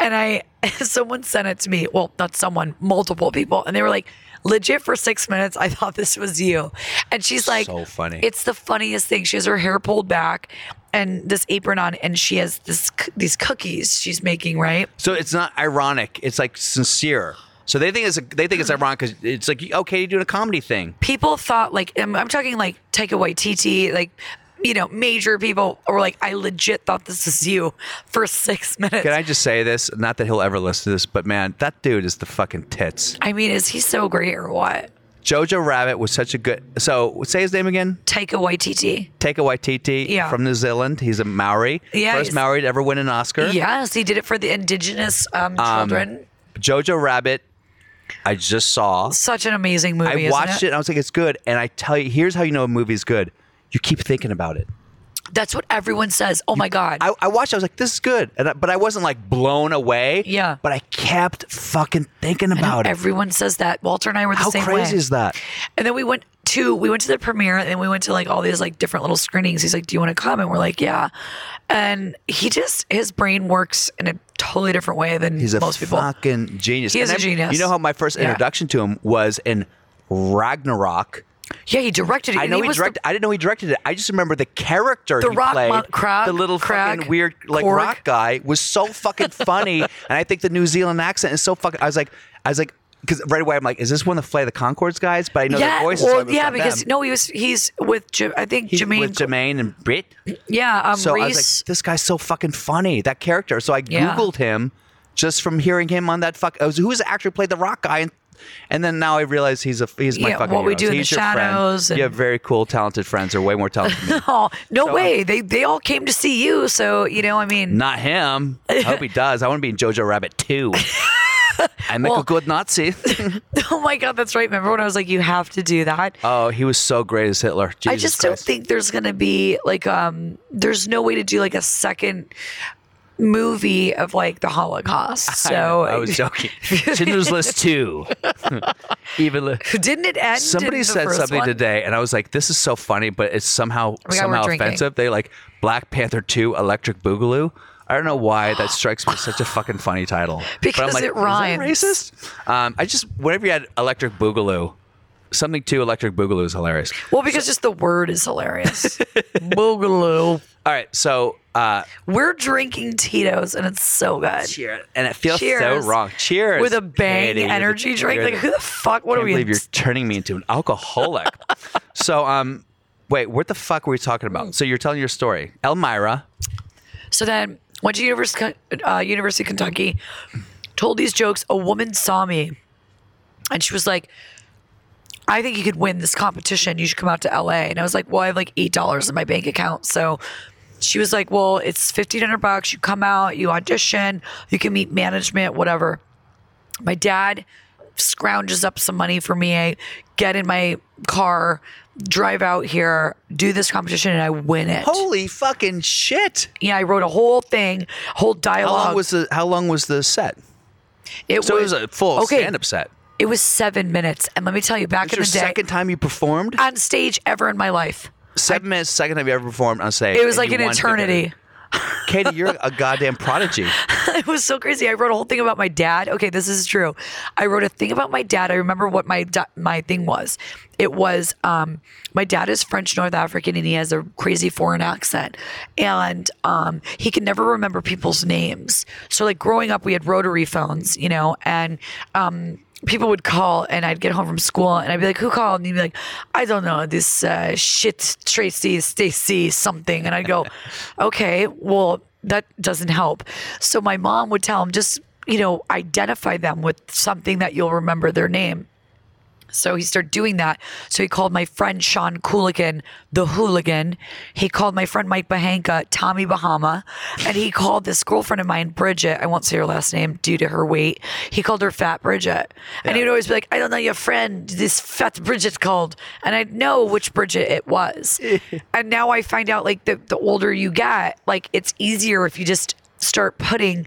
B: And I, *laughs* someone sent it to me. Well, not someone, multiple people. And they were like, legit for six minutes, I thought this was you. And she's like,
A: So funny.
B: It's the funniest thing. She has her hair pulled back and this apron on, and she has this c- these cookies she's making, right?
A: So it's not ironic. It's like sincere. So they think it's they think it's ironic because it's like oh, Katie doing a comedy thing.
B: people thought like I'm, I'm talking like Taika Waititi, like you know, major people were like, I legit thought this is you for six minutes.
A: Can
B: I-,
A: I just say this? Not that he'll ever listen to this, but man, that dude is the fucking tits.
B: mean, is he so great or what?
A: Jojo Rabbit was such a good. So say his name again.
B: Taika Waititi.
A: Taika Waititi
B: Yeah.
A: from New Zealand. He's a Maori.
B: Yeah,
A: First
B: he's-
A: Maori to ever win an Oscar.
B: Yes, he did it for the indigenous um,
A: Um,
B: children.
A: Jojo Rabbit. I just saw.
B: Such an amazing movie.
A: I
B: isn't
A: watched it and I was like, it's good. And I tell you, here's how you know a movie's good. You keep thinking about it.
B: That's what everyone says. Oh my God.
A: I, I watched. I was like, "This is good," and I, but I wasn't like blown away.
B: Yeah.
A: But I kept fucking thinking
B: I know
A: about it.
B: everyone says that. Walter and I were the
A: How
B: same
A: crazy
B: way.
A: is that?
B: And then we went to we went to the premiere and then we went to like all these like different little screenings. He's like, "Do you want to come?" And we're like, "Yeah." And he just his brain works in a totally different way than
A: He's a
B: most people.
A: fucking genius.
B: He is
A: And
B: a
A: I-
B: genius.
A: You know how my first
B: Yeah.
A: introduction to him was in Ragnarok.
B: Yeah, he directed it.
A: I
B: and
A: know
B: he
A: he
B: was the-
A: directed. I didn't know he directed it. I just remember the character
B: The
A: he
B: rock
A: played,
B: mon- Krog-
A: the little
B: Krog-
A: fucking weird like
B: Korg.
A: rock guy, was so fucking
B: *laughs*
A: funny. and I think the New Zealand accent is so fucking. I was like, I was like, because right away I'm like, is this one of the Flight of the Concords guys? But I know
B: yeah,
A: their voices. so
B: well,
A: it was
B: yeah,
A: not
B: because
A: them.
B: no, he was he's with Jim, I think
A: He-
B: Jermaine.
A: with Jermaine and Brit.
B: yeah, um,
A: So I was
B: Reese.
A: like, this guy's so fucking funny, that character. So I
B: Yeah.
A: Googled him just from hearing him on that fuck. I was, who's actually played the rock guy? And, and then now I realize he's a he's my
B: Yeah,
A: fucking
B: What We
A: hero.
B: Do in the
A: He's your friend.
B: Shadows and-
A: You have very cool, talented friends. They're way more talented than
B: *laughs*
A: me.
B: oh no way! they they all came to see you, so you know, I mean, *laughs*
A: Not him. I hope he does. I want to be in Jojo Rabbit 2. I make
B: Well-
A: a good
B: *laughs*
A: Nazi.
B: oh my God, that's right. Remember when I was like, you have to do that?
A: oh, he was so great as Hitler. Jesus
B: I just don't
A: Christ.
B: think there's gonna be like um there's no way to do like a second movie of like the
A: *laughs*
B: Holocaust.
A: I know,
B: So
A: I was
B: *laughs*
A: joking. Schindler's List two. *laughs* Even li-
B: didn't it end? in
A: somebody
B: the
A: said
B: first
A: something
B: one?
A: today, and I was like, "This is so funny, but it's somehow
B: my God, we're
A: somehow
B: drinking.
A: offensive." They like Black Panther two, Electric Boogaloo. I don't know why
B: *gasps*
A: that strikes me as such a fucking funny title. But I'm
B: Because
A: like,
B: it
A: "Is that
B: rhymes."
A: racist. Um, I just whenever you had Electric Boogaloo, something to Electric Boogaloo is hilarious.
B: Well, because just the word
A: *laughs*
B: is hilarious. Boogaloo.
A: All right, so uh,
B: We're drinking Tito's and it's so good.
A: cheers, and it feels
B: Cheers.
A: so wrong. Cheers
B: With a bang
A: Katie.
B: energy drink.
A: You're
B: Like
A: the-
B: who the fuck? What
A: I
B: are
A: can't
B: we?
A: believe you're turning me into an
B: *laughs*
A: alcoholic. so, um, wait, what the fuck were we talking
B: Hmm.
A: about? So you're telling your story, Elmira.
B: So then went to University, uh, University of Kentucky, told these jokes. A woman saw me and she was like, I think you could win this competition. You should come out to LA. And I was like, well, I have like $8 in my bank account. So she was like, well, it's 1500 bucks. You come out, you audition, you can meet management, whatever. My dad scrounges up some money for me. I get in my car, drive out here, do this competition, and I win it.
A: Holy fucking shit!
B: Yeah, I wrote a whole thing, whole
A: How
B: dialogue.
A: long was the How long was the set?
B: it?
A: So it was a full
B: okay,
A: stand-up set.
B: It was seven minutes, and let me tell you, back
A: It's
B: in
A: your
B: the day,
A: second time you performed.
B: on stage ever in my life,
A: Seven minutes, second time you ever performed on stage.
B: it was
A: and you
B: like an
A: won
B: eternity.
A: Tinder. Katie, you're a goddamn
B: *laughs*
A: prodigy.
B: it was so crazy. I wrote a whole thing about my dad. Okay, this is true. I wrote a thing about my dad. I remember what my da- my thing was. It was um, my dad is French North African and he has a crazy foreign accent, and um, he can never remember people's names. So like growing up, we had rotary phones, you know, and um, people would call and I'd get home from school and I'd be like, who called? And he'd be like, I don't know, this uh, shit, Tracy, Stacy, something. And I'd go, *laughs* okay, well, that doesn't help. So my mom would tell him, just, you know, identify them with something that you'll remember their name. So he started doing that. So he called my friend Sean Cooligan the hooligan. He called my friend Mike Bahanka Tommy Bahama. And he called this girlfriend of mine, Bridget. I won't say her last name due to her weight. He called her Fat Bridget. And he would always be like, I don't know your friend. This Fat Bridget called. And I'd know which Bridget it was. and now I find out like the, the older you get, like it's easier if you just start putting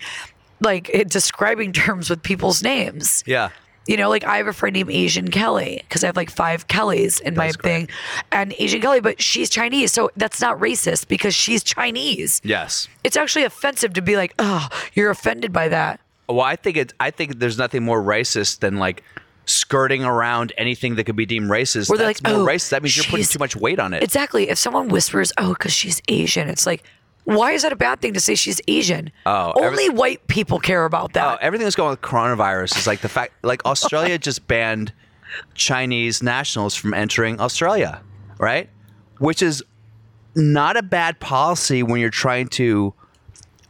B: like *laughs* describing terms with people's names.
A: Yeah.
B: You know, like I have a friend named Asian Kelly because I have like five Kellys in my
A: That's
B: thing,
A: correct.
B: and Asian Kelly, but she's Chinese, so that's not racist because she's Chinese.
A: Yes.
B: It's actually offensive to be like, oh, you're offended by that.
A: Well, I think it. I think there's nothing more racist than like skirting around anything that could be deemed racist.
B: Where they're
A: That's
B: like,
A: more
B: "Oh,
A: racist. That means you're putting
B: she's-
A: too much weight on it.
B: Exactly. If someone whispers, oh, because she's Asian, it's like, why is that a bad thing to say she's Asian?
A: Oh,
B: only white people care about
A: Oh,
B: that.
A: everything that's going on with coronavirus is like the fact, like
B: *laughs*
A: Australia just banned Chinese nationals from entering Australia, right? Which is not a bad policy when you're trying to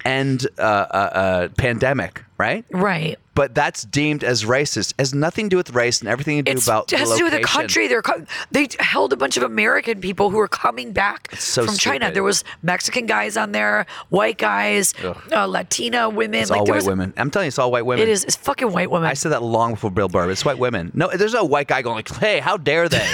A: end a, a, a pandemic, right?
B: right.
A: But that's deemed as racist. It has nothing to do with race and everything to do
B: It's-
A: about
B: it has to do with the
A: location.
B: country. They're co- they held a bunch of American people who were coming back
A: so
B: from China.
A: stupid.
B: There was Mexican guys on there, white guys, uh, Latina women.
A: It's all
B: there
A: white
B: was,
A: women. I'm telling you, it's all white women.
B: It is. It's fucking white women.
A: I said that long before Bill Burr. but It's white women. No, there's no white guy going like, "Hey, how dare
B: *laughs*
A: they?"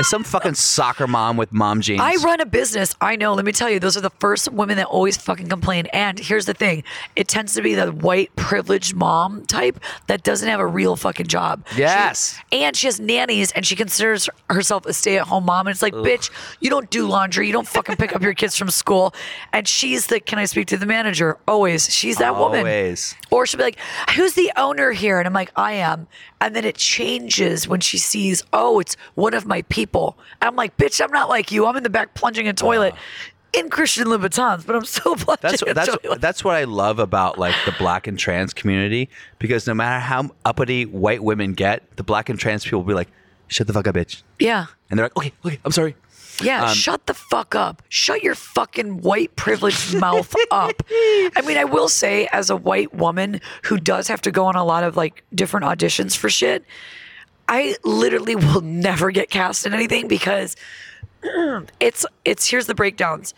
A: it's some fucking soccer mom with mom jeans.
B: I run a business. I know. Let me tell you, those are the first women that always fucking complain. And here's the thing it tends to be the white privileged mom type that doesn't have a real fucking job. She-
A: Yes.
B: and she has nannies and she considers herself a stay at home mom. And it's like, bitch, you don't do laundry. You don't fucking pick up your kids from school. And she's the, can I speak to the manager? Always. She's that woman.
A: Always.
B: Or she'll be like, who's the owner here? And I'm like, I am. And then it changes when she sees, oh, it's one of my people. And I'm like, bitch, I'm not like you. I'm in the back plunging a toilet in Christian Louboutins, but I'm still *laughs* plunging
A: That's
B: a
A: that's
B: toilet.
A: that's what I love about like the black and trans community because no matter how uppity white women get, the black and trans people will be like, "Shut the fuck up, bitch,"
B: yeah.
A: and they're like, "Okay, okay, I'm sorry."
B: Yeah,
A: Um,
B: shut the fuck up. Shut your fucking
A: *laughs*
B: white privileged mouth up. I mean, I will say, as a white woman who does have to go on a lot of like different auditions for shit, I literally will *laughs* never get cast in anything because *clears throat* it's it's here's the breakdowns: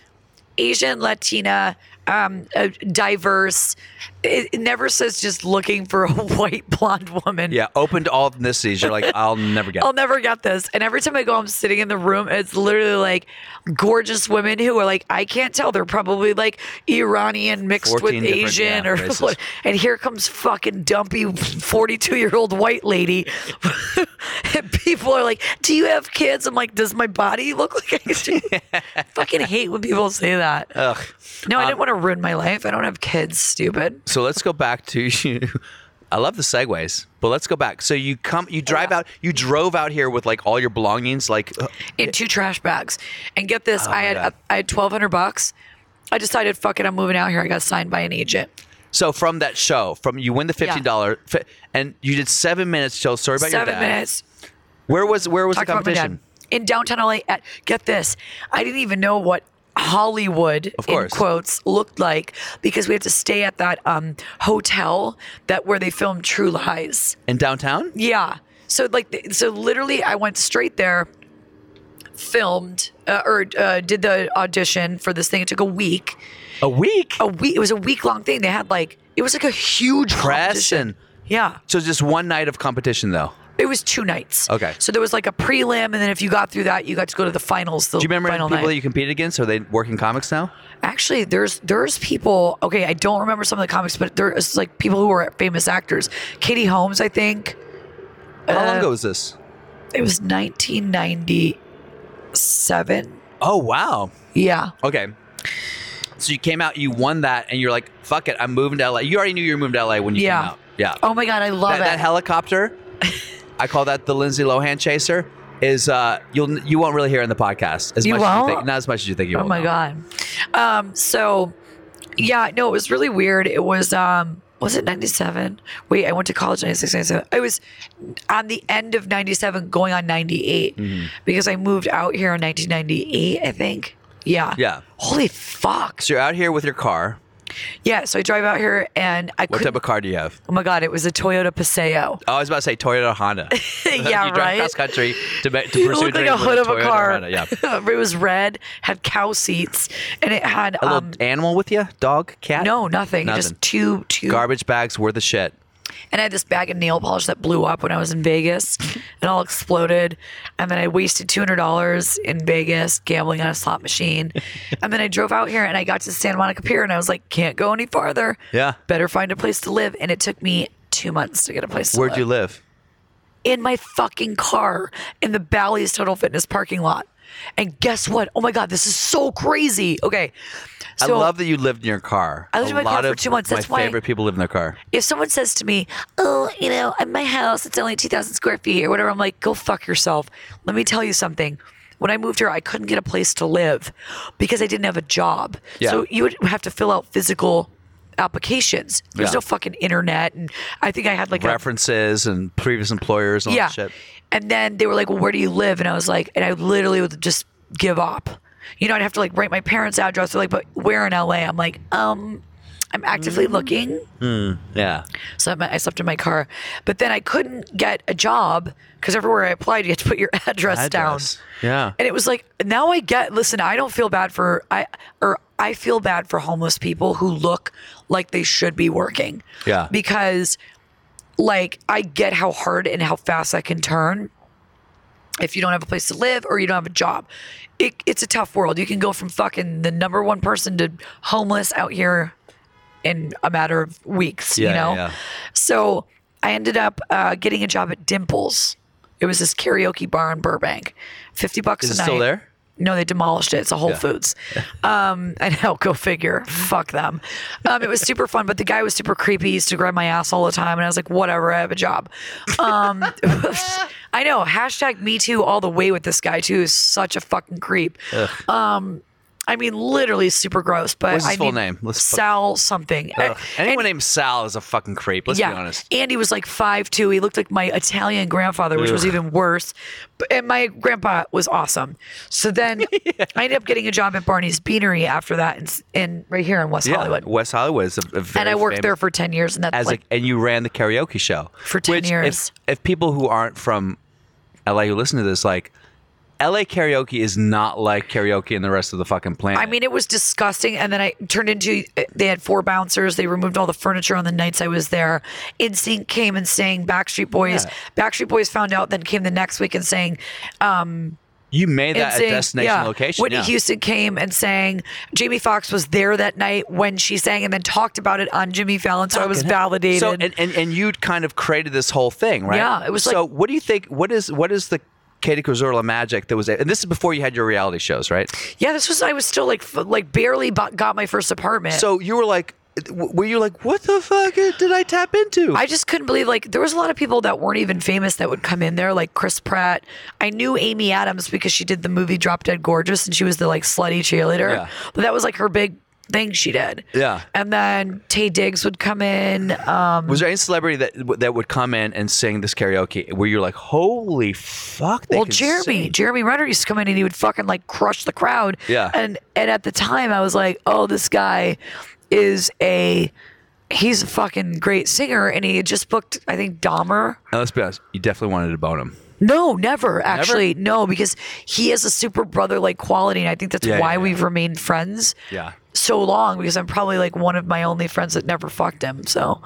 B: Asian, Latina, um, uh, diverse, it, it never says just looking for a *laughs* white blonde woman.
A: Yeah, open to all ethnicities. You're like, I'll never get.
B: I'll
A: It.
B: never get this. And every time I go, I'm sitting in the room. and It's literally like gorgeous women who are like, I can't tell. They're probably like Iranian mixed
A: 14
B: with
A: different,
B: Asian
A: yeah,
B: or.
A: races.
B: And here comes fucking dumpy 42 year old white lady. *laughs* and people are like, Do you have kids? I'm like, Does my body look like
A: *laughs*
B: I do? fucking hate when people say that.
A: Ugh. Um,
B: No, I didn't want to ruin my life. I don't have kids, stupid.
A: So let's go back to *laughs* you. I love the segues, but let's go back. So you come, you drive out, you drove out here with like all your belongings, like uh,
B: in two trash bags. And get this, I had
A: Oh
B: uh,
A: God.
B: I had twelve hundred bucks. I decided, fuck it, I'm moving out here. I got signed by an agent.
A: so from that show, from you win the fifteen dollar, and you did seven minutes. So sorry about
B: Seven
A: your dad.
B: minutes.
A: Where was where was
B: Talk
A: the
B: about my
A: competition?
B: dad in downtown LA. At get this, I didn't even know what Hollywood
A: Of
B: in
A: course.
B: quotes looked like because we had to stay at that um, hotel that where they filmed True Lies.
A: In downtown?
B: Yeah. So like, th- so literally, I went straight there, filmed uh, or uh, did the audition for this thing. It took a week.
A: A week.
B: a week. It was a week long thing. They had like it was like a huge
A: Press
B: competition.
A: and
B: Yeah,
A: so just one night of competition though.
B: it was two nights.
A: Okay.
B: So there was like a prelim, and then if you got through that, you got to go to the finals. The
A: Do you remember any
B: final
A: people
B: night.
A: that you competed against? Are they working comics now?
B: Actually, there's there's people. Okay, I don't remember some of the comics, but there's like people who are famous actors. Katie Holmes, I think.
A: How long
B: Uh,
A: ago was this?
B: It was 1997.
A: Oh wow.
B: Yeah.
A: Okay. So you came out, you won that, and you're like, "Fuck it, I'm moving to LA." You already knew you were moving to LA when you
B: Yeah.
A: came out. Yeah.
B: Oh my god, I love
A: that,
B: it.
A: that
B: *laughs*
A: helicopter, I call that the Lindsay Lohan chaser. Is uh, you'll you won't really hear in the podcast as
B: You
A: much as you
B: won't?
A: think, not as much as you think you
B: Oh
A: will.
B: my
A: no.
B: god. Um, so yeah, no, it was really weird. It was um was it 97? Wait, I went to college in 96, 97. I was on the end of 97 going on 98
A: Mm-hmm.
B: because I moved out here in 1998, I think. Yeah.
A: Yeah.
B: Holy fuck.
A: So you're out here with your car.
B: Yeah, so I drive out here and I
A: What
B: couldn't
A: type of car do you have?
B: Oh my god, it was a Toyota Paseo.
A: Oh, I was about to say Toyota Honda.
B: *laughs*
A: *laughs*
B: yeah,
A: you drive
B: right.
A: cross
B: *laughs*
A: country to, ma- to pursue
B: It looked like a
A: dreams with
B: hood of a
A: Toyota
B: car.
A: Honda.
B: *laughs*
A: Yeah.
B: it was red, had cow seats, and it had
A: A little
B: um,
A: animal with you? Dog? Cat?
B: no nothing,
A: Nothing.
B: just two two
A: Garbage bags worth of shit.
B: And I had this bag of nail polish that blew up when I was in Vegas and all exploded. And then I wasted $200 in Vegas gambling on a
A: *laughs*
B: slot machine. and then I drove out here and I got to Santa Monica Pier and I was like, can't go any farther.
A: Yeah.
B: Better find a place to live. And it took me two months to get a place to
A: Where'd
B: live.
A: you live?
B: In my fucking car in the Bally's Total Fitness parking lot. And guess what? Oh my God, this is so crazy. Okay. So
A: I love that you lived in your car.
B: I lived in
A: a
B: my car
A: lot
B: for
A: of
B: two months.
A: My
B: That's why-
A: favorite people live in their car.
B: if someone says to me, "Oh, you know, at my house it's only 2,000 square feet" or whatever, I'm like, "Go fuck yourself." Let me tell you something. When I moved here, I couldn't get a place to live because I didn't have a job.
A: Yeah.
B: So you would have to fill out physical applications. There's
A: Yeah.
B: no fucking internet, and I think I had like a
A: References and previous employers and all
B: yeah.
A: that shit.
B: And then they were like, well, "Where do you live?" And I was like, and I literally would just give up. You know, I'd have to like write my parents' address. They're like, "But where in LA?" I'm like, um. I'm
A: Mm.
B: actively looking.
A: Yeah.
B: So I I slept in my car. But then I couldn't get a job because everywhere I applied, you had to put your *laughs* address, down.
A: Address. Yeah.
B: And it was like, now I get, listen, I don't feel bad for, I, or I feel bad for homeless people who look like they should be working.
A: Yeah.
B: Because like I get how hard and how fast I can turn if you don't have a place to live or you don't have a job. It, it's a tough world. You can go from fucking the number one person to homeless out here in a matter of weeks,
A: Yeah,
B: you know?
A: yeah.
B: So I ended up uh, getting a job at Dimples. It was this karaoke bar in Burbank. 50 bucks
A: Is
B: a
A: it
B: night.
A: still there?
B: No, they demolished it. It's a Whole Foods. Um, I know, go figure. Fuck them. Um, it was super fun, but the guy was super creepy. He used to grab my ass all the time, and I was like, whatever, I have a job. Um, *laughs* I know. Hashtag me too all the way with this guy too. Is such a fucking creep. Um, I mean, literally super gross. But
A: What's his
B: I
A: full
B: need-
A: name? Let's fu-
B: Sal something. I-
A: Ugh. Anyone named Sal is a fucking creep. Let's
B: yeah.
A: be honest.
B: And he was like five two. He looked like my Italian grandfather, which was even worse. But, and my grandpa was awesome.
A: *laughs*
B: So then I ended up getting a job at Barney's Beanery after that, in, in right here in West Hollywood.
A: West Hollywood is a, a very
B: and I worked
A: famous-
B: there for ten years, and that's
A: as
B: like
A: a, and you ran the karaoke show
B: For 10
A: which if-
B: years.
A: If, people who aren't from LA who listen to this, like, LA karaoke is not like karaoke in the rest of the fucking planet.
B: I mean, it was disgusting. And then I turned into they had four bouncers. They removed all the furniture on the nights I was there. InSync came and sang Backstreet Boys. Backstreet Boys found out, then came the next week and sang um,
A: you made that a
B: saying-
A: destination
B: yeah,
A: location.
B: Whitney
A: yeah.
B: Houston came and sang. Jamie Foxx was there that night when she sang, and then talked about it on Jimmy Fallon. So I was validated.
A: So and, and and you'd kind of created this whole thing, right?
B: Yeah, it was
A: So
B: like-
A: what do you think? What is what is the Katie Kozorla magic that was? And this is before you had your reality shows, right?
B: yeah, this was I was still like f- like barely bu- got my first apartment.
A: So you were like, w- were you like, what the fuck did I tap into?
B: I just couldn't believe like there was a lot of people that weren't even famous that would come in there, like Chris Pratt. I knew Amy Adams because she did the movie Drop Dead Gorgeous and she was the like slutty cheerleader.
A: Yeah.
B: But that was like her big thing she did.
A: Yeah.
B: And then Tay Diggs would come in. Um
A: was there any celebrity that that would come in and sing this karaoke where you're like, holy fuck? They
B: well,
A: can
B: Jeremy,
A: sing.
B: Jeremy Renner used to come in and he would fucking like crush the crowd.
A: Yeah.
B: And and at the time I was like, oh, this guy is a he's a fucking great singer and he had just booked I think Dahmer.
A: Now, let's be honest, you definitely wanted to bone him.
B: No, never actually. No, because he has a super brother like quality, and I think that's
A: Yeah,
B: why
A: yeah, yeah.
B: we've remained friends
A: Yeah.
B: so long. Because I'm probably like one of my only friends that never fucked him. So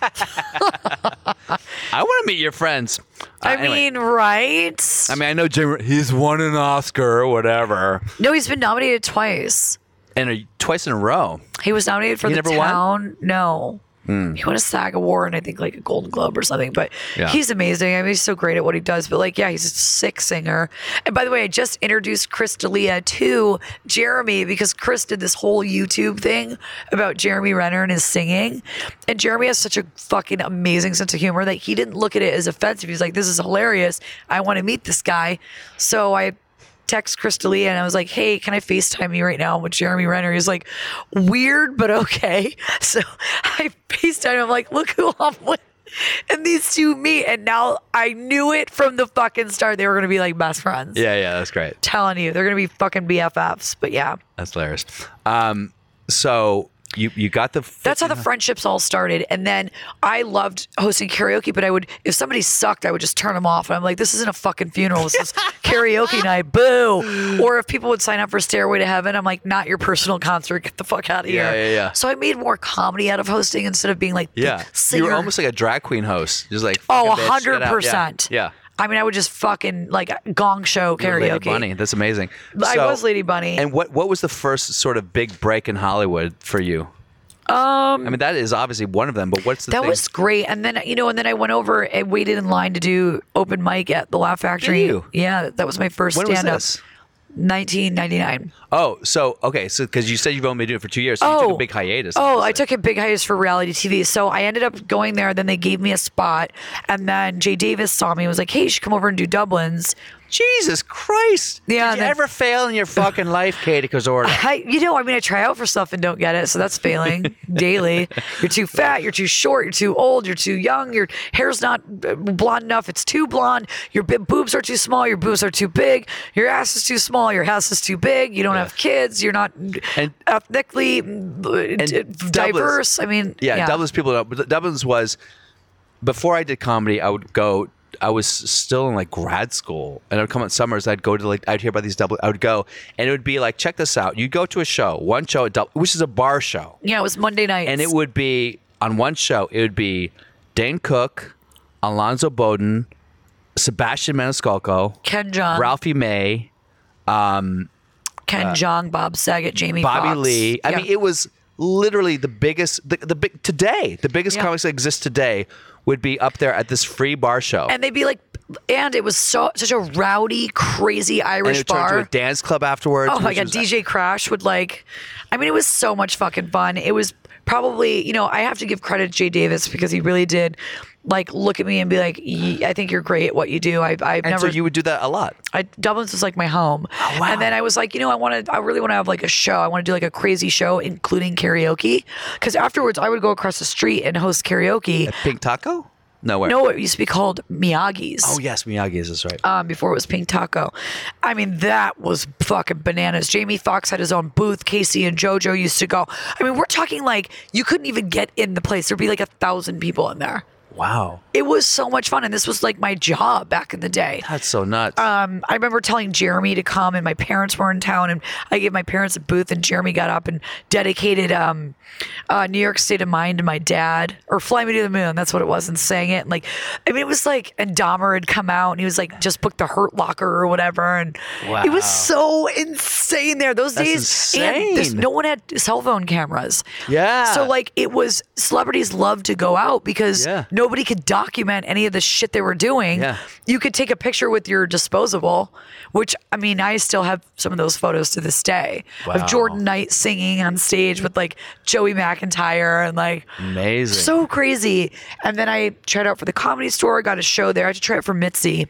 A: Uh, I want to meet your friends. Uh,
B: I
A: anyway. Uh,
B: mean, right?
A: I mean, I know Jim. He's won an Oscar or whatever,
B: no, he's been nominated twice.
A: and a, twice in a row.
B: He was nominated for
A: He
B: the
A: never won? Hmm.
B: town. No. He won a SAG award and I think like a Golden Globe or something. But
A: Yeah.
B: he's amazing. I mean, he's so great at what he does. But like, yeah, he's a sick singer. And by the way, I just introduced Chris D'Elia to Jeremy because Chris did this whole YouTube thing about Jeremy Renner and his singing. And Jeremy has such a fucking amazing sense of humor that he didn't look at it as offensive. He's like, this is hilarious. I want to meet this guy. So I text Chris D'Elia and I was like, hey, can I FaceTime you right now? I'm with Jeremy Renner. He's like, weird, but okay. *laughs* So I FaceTime him. I'm like, look who I'm *laughs* with. And these two meet. And now I knew it from the fucking start. They were going to be like best friends.
A: Yeah, yeah, that's great.
B: Telling you, they're going to be fucking BFFs. But yeah,
A: That's hilarious. Um, so you you got the
B: that's how the friendships all started. And then I loved hosting karaoke, but I would, if somebody sucked, I would just turn them off. And I'm like, this isn't a fucking funeral.
A: *laughs*
B: This is karaoke night.
A: *gasps*
B: Boo. Or if people would sign up for Stairway to Heaven, I'm like, not your personal concert. Get the fuck out of
A: Yeah,
B: here.
A: yeah, yeah.
B: So I made more comedy out of hosting instead of being like, the
A: yeah.
B: singer.
A: You were almost like a drag queen host, just like
B: oh,
A: fucking bitch, get out.
B: 100%.
A: Yeah,
B: I mean, I would just fucking like gong show
A: yeah.
B: karaoke.
A: Lady Bunny, that's amazing.
B: I
A: So-
B: was Lady Bunny.
A: And what what was the first sort of big break in Hollywood for you? Um, I mean, that is obviously one of them. But what's the
B: that
A: thing?
B: was great. And then you know, and then I went over and waited in line to do open mic at the Laugh Factory.
A: you?
B: Yeah, that was my first
A: when was
B: stand up.
A: this?
B: 1999.
A: Oh, so okay, so because you said you've only been doing it for two years, so you took a big hiatus.
B: Oh, I
A: obviously.
B: took a big hiatus for reality TV. So I ended up going there. Then they gave me a spot. And then Jay Davis saw me and was like, hey, you should come over and do Dublin's.
A: Jesus Christ!
B: Yeah,
A: Did you
B: then-
A: ever fail in your fucking life, Katie Cazorla?
B: I, you know, I mean, I try out for stuff and don't get it. So that's
A: *laughs*
B: failing daily. You're too fat. You're too short. You're too old. You're too young. Your hair's not uh, blonde enough. It's too blonde. Your bi- boobs are too small. Your boobs are too big. Your ass is too small. Your house is too big. You don't have kids. You're not
A: And-
B: ethnically mm, d-
A: Dublin's-
B: diverse. I mean,
A: yeah, Dublin's people don't. But Dublin's was before I did comedy. I would go. I was still in like grad school, and I'd come on summers. I'd go to like I'd hear about these Dublin. I would go, and it would be like, check this out. You go to a show, one show at Dublin, which is a bar show,
B: Yeah, it was Monday night.
A: and it would be on one show. It would be Dan Cook, Alonzo Bowden, Sebastian Maniscalco,
B: Ken Jong,
A: Ralphie May,
B: Ken Jong, Bob Saget, Jamie
A: uh, Bobby
B: Foxx.
A: Lee. I
B: Yeah.
A: mean, it was literally the biggest, the, the big today, the biggest
B: Yeah.
A: comics that exist today would be up there at this free bar show.
B: and they'd be like, and it was so such a rowdy, crazy
A: And
B: Irish
A: it
B: bar.
A: turned to a dance club afterwards.
B: Oh my
A: which
B: god,
A: was-
B: DJ Crash would like. I mean, it was so much fucking fun. It was probably you know I have to give credit to Jay Davis because he really did like look at me and be like, "Ye- I think you're great at what you do. I've I've
A: And
B: never
A: so you would Oh, do that a lot.
B: I, Dublin's was like my home. And then I was like, you know, I want to, I really want to have like a show. I want to do like a crazy show, including karaoke. Because afterwards, I would go across the street and host karaoke.
A: Pink Taco? Nowhere.
B: No, it used to be called Miyagi's.
A: Oh yes, Miyagi is this right?
B: um, before it was Pink Taco. I mean, that was fucking bananas. Jamie Foxx had his own booth. Casey and JoJo used to go. I mean, we're talking like you couldn't even get in the place. There'd be like a thousand people in there.
A: wow.
B: It was so much fun. And this was like my job back in the day.
A: That's so nuts.
B: Um, I remember telling Jeremy to come, and my parents were in town, and I gave my parents a booth, and Jeremy got up and dedicated um, uh, "New York State of Mind" to my dad, or "Fly Me to the Moon." That's what it was, and sang it. And like, I mean, it was like, and Dahmer had come out, and he was like, just booked the Hurt Locker or whatever, and it
A: Wow.
B: was so insane there those
A: That's
B: days. And this,
A: insane.
B: no one had cell phone cameras.
A: Yeah.
B: So like, it was celebrities loved to go out because
A: Yeah.
B: nobody could document any of the shit they were doing
A: Yeah.
B: you could take a picture with your disposable, which I mean, I still have some of those photos to this day
A: Wow.
B: of Jordan Knight singing on stage with like Joey McIntyre and like
A: Amazing.
B: so crazy. And then I tried out for the comedy store, got a show there. I had to try it for Mitzi.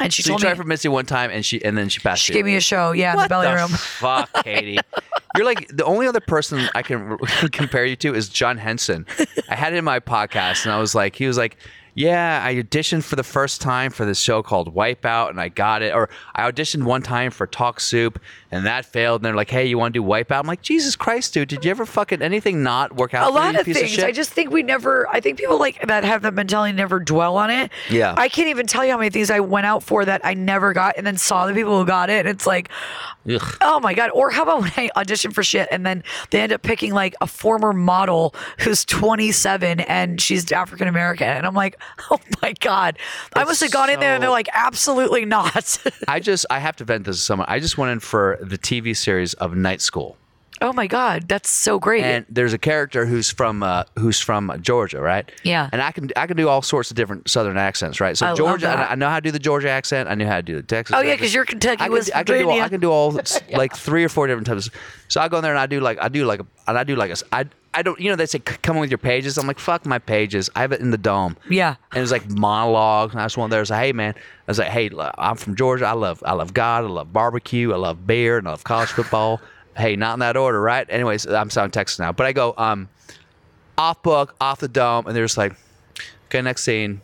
B: And she
A: So you
B: told
A: tried
B: me
A: for Mitzi one time, and she and then she passed
B: she
A: you.
B: gave me a show, yeah, in the belly room.
A: fuck,
B: *laughs*
A: Katie? You're like the only other person I can *laughs* compare you to is John Henson. I had it in my podcast, and I was like, he was like, yeah, I auditioned for the first time for this show called Wipeout, and I got it. Or I auditioned one time for Talk Soup, and that failed. And they're like, hey, you want to do Wipeout? I'm like, Jesus Christ, dude, did you ever fucking anything not work out?
B: a
A: for you,
B: lot
A: you
B: of
A: piece
B: things.
A: shit?
B: I just think we never. I think people like that have that mentality never dwell on it.
A: Yeah.
B: I can't even tell you how many things I went out for that I never got, and then saw the people who got it. And it's like,
A: Ugh.
B: oh my god. Or how about when I audition for shit and then they end up picking like a former model who's 27 and she's African American, and I'm like, *laughs* oh my god. I must have gone in there and
A: so-
B: they're like, absolutely not. *laughs*
A: I just I have to vent this to someone. I just went in for the TV series of Night School.
B: oh my god, that's so great.
A: and there's a character who's from uh, who's from Georgia, right?
B: Yeah.
A: And I can I can do all sorts of different Southern accents, right? So
B: I love
A: Georgia,
B: that.
A: I, I know how to do the Georgia accent. I knew how to do the Texas.
B: Oh, yeah,
A: accent.
B: 'cause you're Kentucky,
A: I can,
B: West
A: I can do all, I
B: Virginia.
A: can do all s- like three or four different types. of- So I go in there and I do like I do like a, and I do like a s- I I don't you know they say "C- come with your pages. I'm like fuck my pages. I have it in the dome.
B: Yeah.
A: And it was like monologues. And I just went there. I was like, hey man, I was like, hey, lo- I'm from Georgia. I love I love God. I love barbecue. I love beer. And I love college football. hey, not in that order, right? Anyways, I'm sound Texas now, but I go um off book, off the dome, and they're just like, okay, next scene.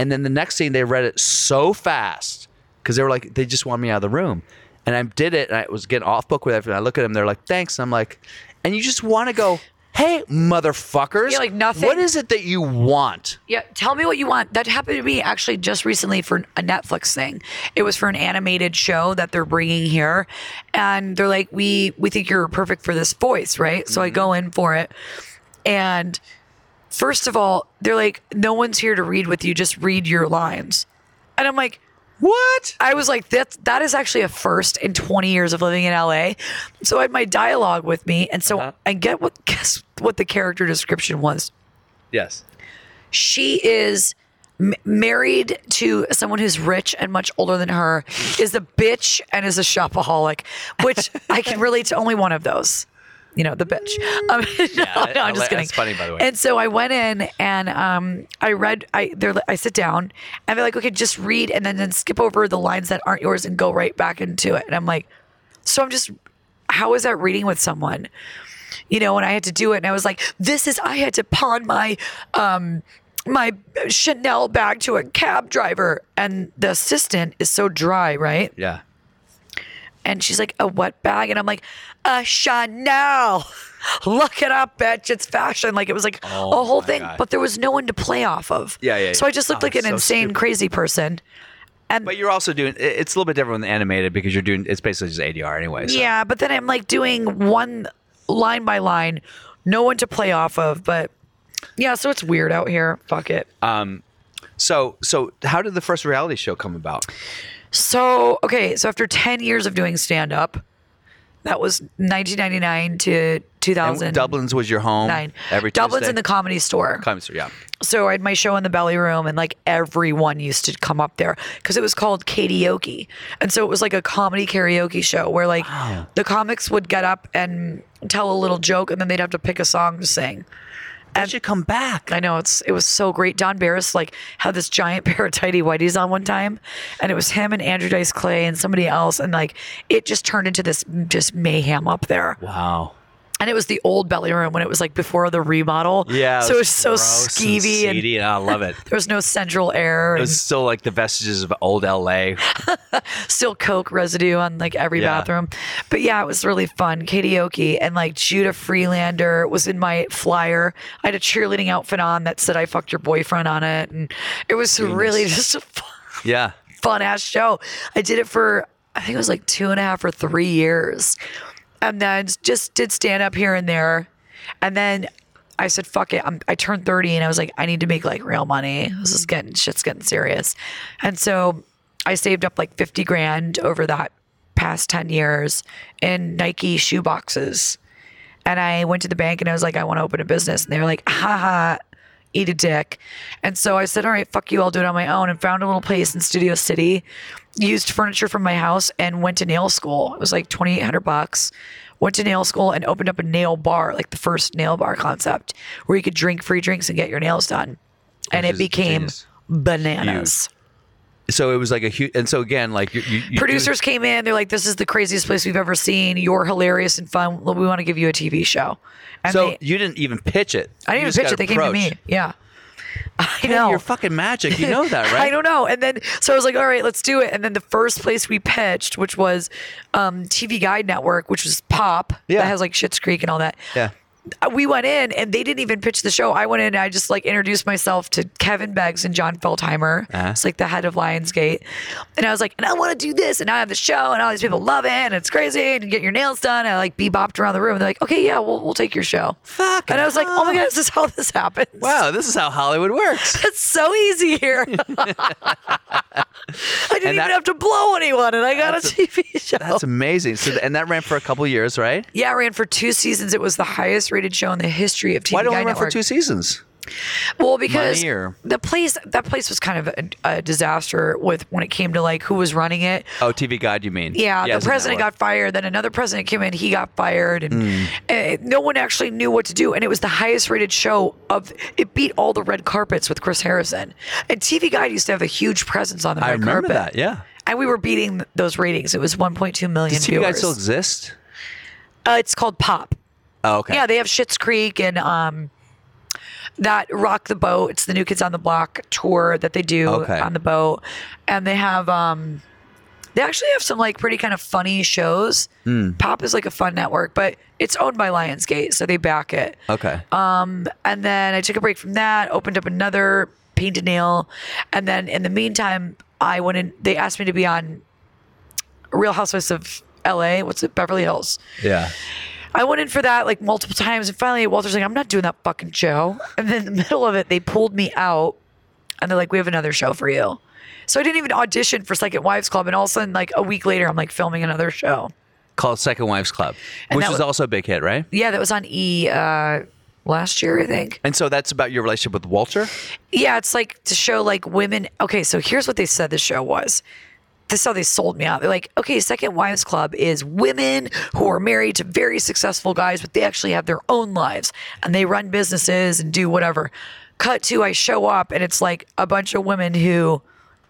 A: And then the next scene, they read it so fast because they were like, they just want me out of the room. And I did it, and I was getting off book with everything. I look at them, they're like, thanks. And I'm like, and you just want to go, hey, motherfuckers.
B: You're like, nothing.
A: What is it that you want?
B: Yeah, tell me what you want. That happened to me actually just recently for a Netflix thing. It was for an animated show that they're bringing here, and they're like, "We we think you're perfect for this voice, right?" So I go in for it, and first of all, they're like, "No one's here to read with you. Just read your lines," and I'm like.
A: What?
B: I was like, that that is actually a first in 20 years of living in LA. So I had my dialogue with me, and so I get what *laughs* guess what the character description was
A: Yes.
B: she is m- married to someone who's rich and much older than her is a bitch and is a shopaholic
A: *laughs*
B: which i can relate to only one of those you know the bitch *laughs* um, no, no, i'm
A: I-
B: just kidding
A: that's funny, by the way.
B: and so i went in and um, i read i they're li- i sit down and they're like okay just read and then, then skip over the lines that aren't yours and go right back into it and i'm like so i'm just how is that reading with someone you know, and I had to do it. And I was like, this is, I had to pawn my, um, my Chanel bag to a cab driver. And the assistant is so dry, right?
A: Yeah.
B: And she's like, a what bag? And I'm like, a Chanel. *laughs* Look it up, bitch. It's fashion. Like it was like a whole thing, but there was no one to play off of.
A: Oh Yeah, yeah,
B: So
A: yeah.
B: I just looked
A: Oh,
B: like an
A: it's so
B: insane,
A: stupid.
B: crazy person.
A: But you're also doing. it- It's a little bit different than animated because you're doing. It's basically just ADR anyway. So.
B: Yeah, but then I'm like doing one line by line, no one to play off of. But yeah, so it's weird out here. Fuck it.
A: So so how did the first reality show come about?
B: So, okay, so after 10 years of doing stand up, that was 1999 to
A: And
B: 2009.
A: Dublin's was your home. Every
B: Dublin's
A: Tuesday?
B: in the comedy store.
A: Comedy store, yeah.
B: So I had my show in the belly room, and like everyone used to come up there because it was called karaoke, E. and so it was like a comedy karaoke show where like the comics would get up and tell a little joke, and then they'd have to pick a song to sing.
A: That should come back.
B: I know it's it was so great. Don Barris like had this giant *laughs* pair of tidy whiteys on one time, and it was him and Andrew Dice Clay and somebody else, and like it just turned into this just mayhem up there.
A: Wow.
B: And it was the old belly room when it was like before the remodel.
A: Yeah.
B: so it was so
A: gross and
B: skeevy and,
A: seedy, and I love it.
B: there was no central air.
A: It
B: and
A: was still like the vestiges of old
B: *laughs*
A: LA.
B: still coke residue on like every
A: Yeah.
B: bathroom. But yeah, it was really fun. Karaoke E. and like Judah Freelander was in my flyer. I had a cheerleading outfit on that said I fucked your boyfriend on it. And it was really *laughs* just a fun,
A: Yeah.
B: fun ass show. I did it for I think it was like two and a half or three years. And then just did stand up here and there. And then I said, fuck it. I'm, I turned 30 and I was like, I need to make like real money. This is getting, shit's getting serious. And so I saved up like 50 grand over that past 10 years in Nike shoe boxes. And I went to the bank and I was like, I want to open a business. And they were like, haha, eat a dick. And so I said, all right, fuck you, I'll do it on my own. And found a little place in Studio City, used furniture from my house, and went to nail school. It was like 2800 bucks. Went to nail school and opened up a nail bar, like the first nail bar concept, where you could drink free drinks and get your nails done. And
A: Which
B: it
A: is
B: became
A: genius.
B: bananas.
A: So it was like a huge, and so again, like you, you, you
B: producers came in they're like this is the craziest place we've ever seen you're hilarious and fun we want to give you a tv show and
A: so
B: they,
A: you didn't even pitch it.
B: i
A: You
B: didn't
A: just
B: even pitch
A: got
B: it they came to me
A: approached.
B: yeah *laughs* i
A: Hey,
B: know
A: You're fucking magic. You *laughs* know that, right?
B: *laughs* I don't know. And then, so I was like, all right, let's do it. And then the first place we pitched, which was um, TV Guide Network, which was Pop,
A: Yeah.
B: that has like Schitt's Creek and all that.
A: Yeah.
B: Uh, we went in and they didn't even pitch the show. I went in and I just like introduced myself to Kevin Beggs and John Feldheimer.
A: Uh-huh.
B: It's like the head of Lionsgate. And I was like, and I want to do this and I have the show and all these people love it and it's crazy and get your nails done. And I like bebopped around the room. They're like, okay, yeah, we'll, we'll take your show.
A: Fucking
B: And I was like, oh my
A: hell.
B: God, is this how this happens?
A: Wow, this is how Hollywood
B: *laughs*
A: works.
B: It's so easy
A: *laughs*
B: here. *laughs* I didn't even
A: that-
B: have to blow anyone, and I got a
A: That's a-
B: *laughs* TV show.
A: That's amazing. So th- and that ran for a couple years, right?
B: yeah, I ran for two seasons. It was the highest rated show in the history of TV.
A: Why don't we
B: Guide
A: run for
B: Network.
A: two seasons?
B: Well, because
A: Money or-
B: the place that place was kind of a, a disaster with when it came to like who was running it.
A: Oh, TV Guide, you mean?
B: Yeah, the
A: it's a
B: president
A: network. Hmm.
B: got fired. Then another president came in. He got fired, and uh, no one actually knew what to do. And it was the highest rated show of. It beat all the red carpets with Chris Harrison. And TV Guide used to have a huge presence on the
A: I
B: red
A: remember that.
B: carpet.
A: Yeah.
B: and we were beating th- those ratings. It was 1.2 million
A: Does TV
B: viewers.
A: Guide still exist?
B: uh, it's called Pop.
A: Oh, okay.
B: Yeah, they have Schitt's Creek and um, that Rock the Boat. It's the New Kids on the Block tour that they do
A: Okay.
B: on the boat, and they have um, they actually have some like pretty kind of funny shows.
A: Hmm.
B: Pop is like a fun network, but it's owned by Lionsgate, so they back it.
A: okay.
B: Um, And then I took a break from that, opened up another painted nail. And then in the meantime, I went in, they asked me to be on Real Housewives of LA. What's it? Beverly Hills.
A: yeah.
B: I went in for that like multiple times. And finally, Walter's like, I'm not doing that fucking show. And then in the *laughs* middle of it, they pulled me out and they're like, we have another show for you. So I didn't even audition for Second Wives Club. And all of a sudden, like a week later, I'm like filming another show.
A: Called Second Wives Club,
B: And
A: which
B: that
A: was
B: wa-
A: also a big hit, right?
B: Yeah, that was on E uh, last year, I think.
A: And so that's about your relationship with Walter.
B: Yeah, it's like to show like women. Okay, so here's what they said the show was. This is how they sold me out. They're like, okay, Second Wives Club is women who are married to very successful guys, but they actually have their own lives and they run businesses and do whatever. Cut to, I show up and it's like a bunch of women who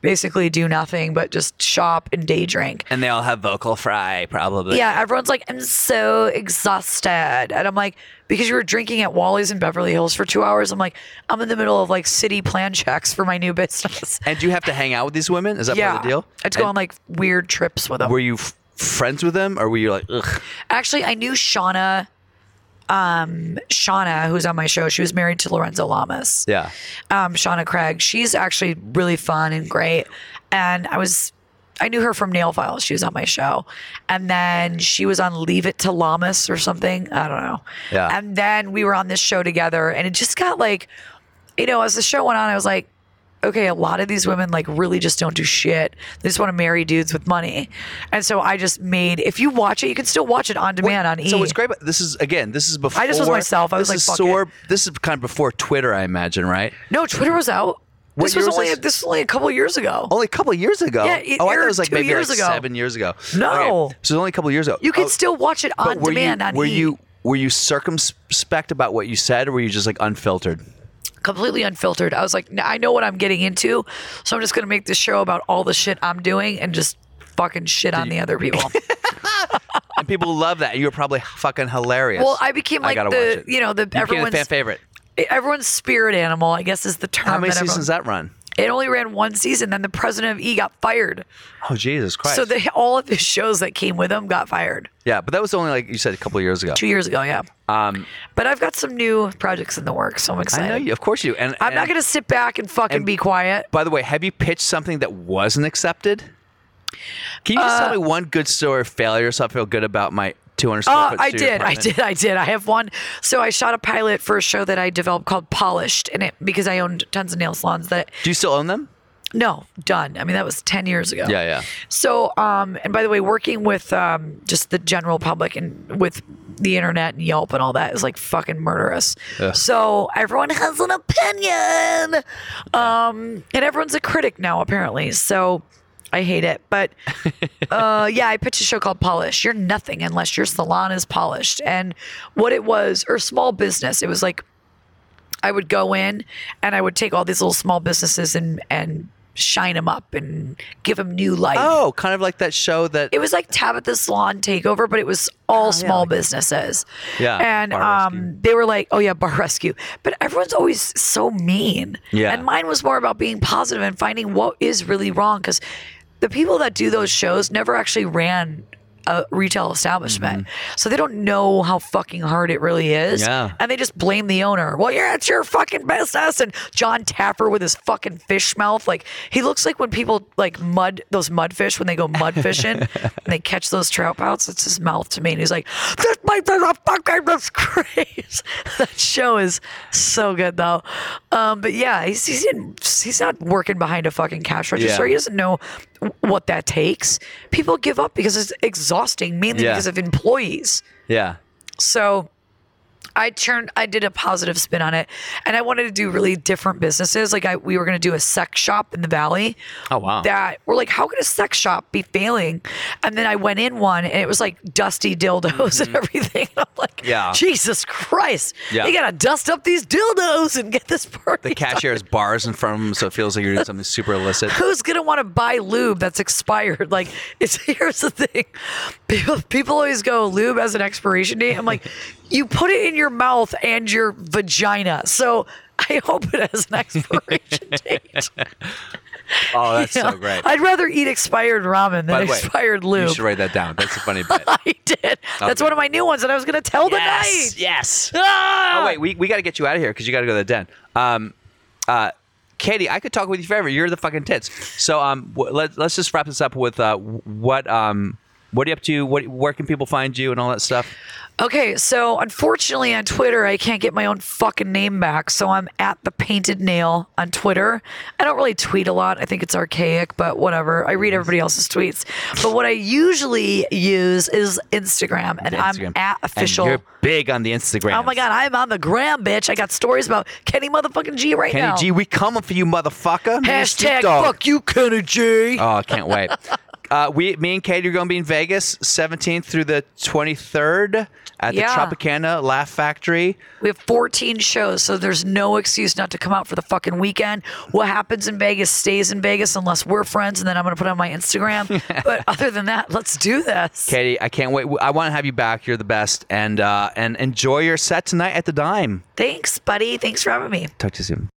B: basically do nothing but just shop and day drink.
A: And they all have vocal fry, probably.
B: Yeah, everyone's like, I'm so exhausted. And I'm like, because you were drinking at Wally's in Beverly Hills for two hours, I'm like, I'm in the middle of like city plan checks for my new business. *laughs*
A: And do you have to hang out with these women? Is that
B: yeah.
A: part of the deal?
B: I'd go
A: And
B: on like weird trips with them.
A: Were you f- friends with them, or were you like, ugh?
B: Actually, I knew Shauna, um, Shauna, who's on my show. She was married to Lorenzo Lamas.
A: Yeah.
B: um, Shauna Craig. She's actually really fun and great. And I was, I knew her from Nail Files. She was on my show. And then she was on Leave It to Lamas or something. I don't know.
A: Yeah.
B: And then we were on this show together and it just got like, you know, as the show went on, I was like, okay, a lot of these women like really just don't do shit. They just want to marry dudes with money. And so I just made, if you watch it, you can still watch it on demand on E!
A: So what's great about this is again, this is before.
B: I just was myself. I was
A: this
B: like,
A: is
B: fuck
A: sore- This is kind of before Twitter, I imagine, right?
B: No, Twitter was out.
A: What Oh,
B: This
A: year
B: was,
A: was
B: only
A: this?
B: this was only a couple years ago.
A: Only a couple of years ago.
B: Yeah, it
A: oh, I thought it
B: aired
A: was like
B: two
A: maybe
B: years
A: like
B: ago.
A: seven years ago.
B: No.
A: Okay, So it's only a couple of years ago.
B: You
A: can
B: could still watch it on
A: Oh, were
B: demand
A: You,
B: on
A: were
B: E!
A: you were you circumspect about what you said, or were you just like unfiltered?
B: completely unfiltered. I was like, "Nah, I know what I'm getting into, so I'm just gonna make
A: *laughs*
B: this show about all the shit I'm doing and just fucking shit on the other people.
A: people love that. You were probably fucking hilarious.
B: Well, I became like
A: gotta
B: the
A: watch it.
B: you know the
A: You became a
B: everyone's
A: fan favorite.
B: E, everyone's spirit animal. I guess is the term.
A: How many
B: that everyone-
A: seasons that run?
B: It only ran one season. Then the president of E got fired.
A: Oh Jesus Christ!
B: So the, all of the shows that came with him got fired
A: yeah, but that was only like you said a couple of years ago.
B: two years ago. Yeah.
A: Um,
B: But I've got some new projects in the works, so I'm excited.
A: I know you, of course you. do. And
B: I'm not
A: and
B: going to sit back and fucking
A: and-
B: be quiet.
A: By the way, have you pitched something that wasn't accepted? Can you just
B: Uh,
A: tell me one good story of failure so I feel good about my 200 square
B: Uh,
A: foot
B: I
A: studio
B: did, I
A: apartment?
B: did, I did. I have one. So I shot a pilot for a show that I developed called Polished, and it because I owned tons of nail salons. That
A: Do you still own them?
B: no, done. I mean, that was ten years ago.
A: Yeah, yeah.
B: So, um, and by the way, working with um, just the general public and with the internet and Yelp and all that is like fucking murderous. So everyone has an opinion, um, and everyone's a critic now apparently. So I hate it, but uh, yeah, I pitched a show called Polish. You're nothing unless your salon is polished. And what it was, or small business, it was like I would go in and I would take all these little small businesses and and shine them up and give them new life.
A: Oh, kind of like that show that
B: It was like Tabitha Salon Takeover, but it was all small businesses.
A: Yeah,
B: And
A: Bar
B: um, they were like, oh, yeah, Bar Rescue. But everyone's always so mean.
A: Yeah.
B: And mine was more about being positive and finding what is really wrong because the people that do those shows never actually ran a retail establishment. So they don't know how fucking hard it really is.
A: Mm-hmm. Yeah.
B: And they just blame the owner. Well, yeah, it's your fucking business. And John Tapper with his fucking fish mouth. Like he looks like when people like mud those mudfish when they go mud
A: *laughs*
B: fishing and they catch those trout pouts. It's his mouth to me. And he's like, This might be a fucking disgrace. *laughs* that show is so good though. Um, but yeah, he's he's, in, he's not working behind a fucking cash register.
A: Yeah.
B: He doesn't know what that takes. People give up because it's exhausting, mainly
A: Yeah.
B: because of employees.
A: yeah.
B: So I turned I did a positive spin on it and I wanted to do really different businesses. Like I we were gonna do a sex shop in the valley.
A: Oh wow.
B: That we're like, how could a sex shop be failing? And then I went in one and it was like dusty dildos and everything. *laughs* I'm like,
A: Mm-hmm. Yeah.
B: Jesus Christ.
A: Yeah.
B: You gotta dust up these dildos and get this party.
A: the cashier has bars in front of him, so it feels like you're doing something super
B: *laughs*
A: illicit.
B: Who's gonna want to buy lube that's expired? *laughs* Like, it's here's the thing. People, people always go lube has an expiration date. I'm like, you put it in your mouth and your vagina. So I hope it has
A: *laughs*
B: an expiration date.
A: Oh, that's so great.
B: I'd rather eat expired ramen
A: By
B: than
A: the way,
B: expired lube.
A: You should write that down. That's a funny bit.
B: *laughs* I did. That's
A: Okay.
B: one of my new ones that I was gonna tell
A: yes.
B: tonight.
A: Yes.
B: Ah!
A: Oh wait, we, we got to get you out of here because you got to go to the den. Um, uh, Katie, I could talk with you forever. You're the fucking tits. So um, w- let, let's just wrap this up with uh, w- what um, what are you up to? What where can people find you and all that stuff?
B: Okay, so unfortunately on Twitter, I can't get my own fucking name back. So I'm at the painted nail on Twitter. I don't really tweet a lot. I think it's archaic, but whatever. I read everybody else's tweets. But what I usually use is Instagram, and I'm
A: Instagram.
B: at
A: And
B: official.
A: you're big on the Instagram.
B: Oh my God, I'm on the gram, bitch. I got stories about Kenny motherfucking G right
A: Kenny
B: now.
A: G, we coming for you, motherfucker. Me and Snoop
B: Hashtag
A: Dogg.
B: fuck you, Kenny G.
A: Oh, I can't wait. *laughs* Uh, we, me and Katie are going to be in Vegas, 17th through the 23rd at the
B: Yeah.
A: Tropicana Laugh Factory.
B: We have 14 shows, so there's no excuse not to come out for the fucking weekend. What happens in Vegas stays in Vegas unless we're friends, and then I'm going to put it on my Instagram. but other than that, let's do this.
A: Katie, I can't wait. I want to have you back. You're the best, and uh, and enjoy your set tonight at the Dime.
B: Thanks, buddy. Thanks for having me.
A: Talk to you soon.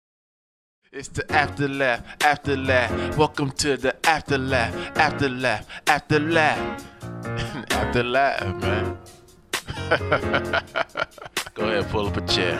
C: It's the afterlife, afterlife. Welcome to the afterlife, afterlife, afterlife. *laughs* afterlife, man. *laughs* Go ahead, pull up a chair.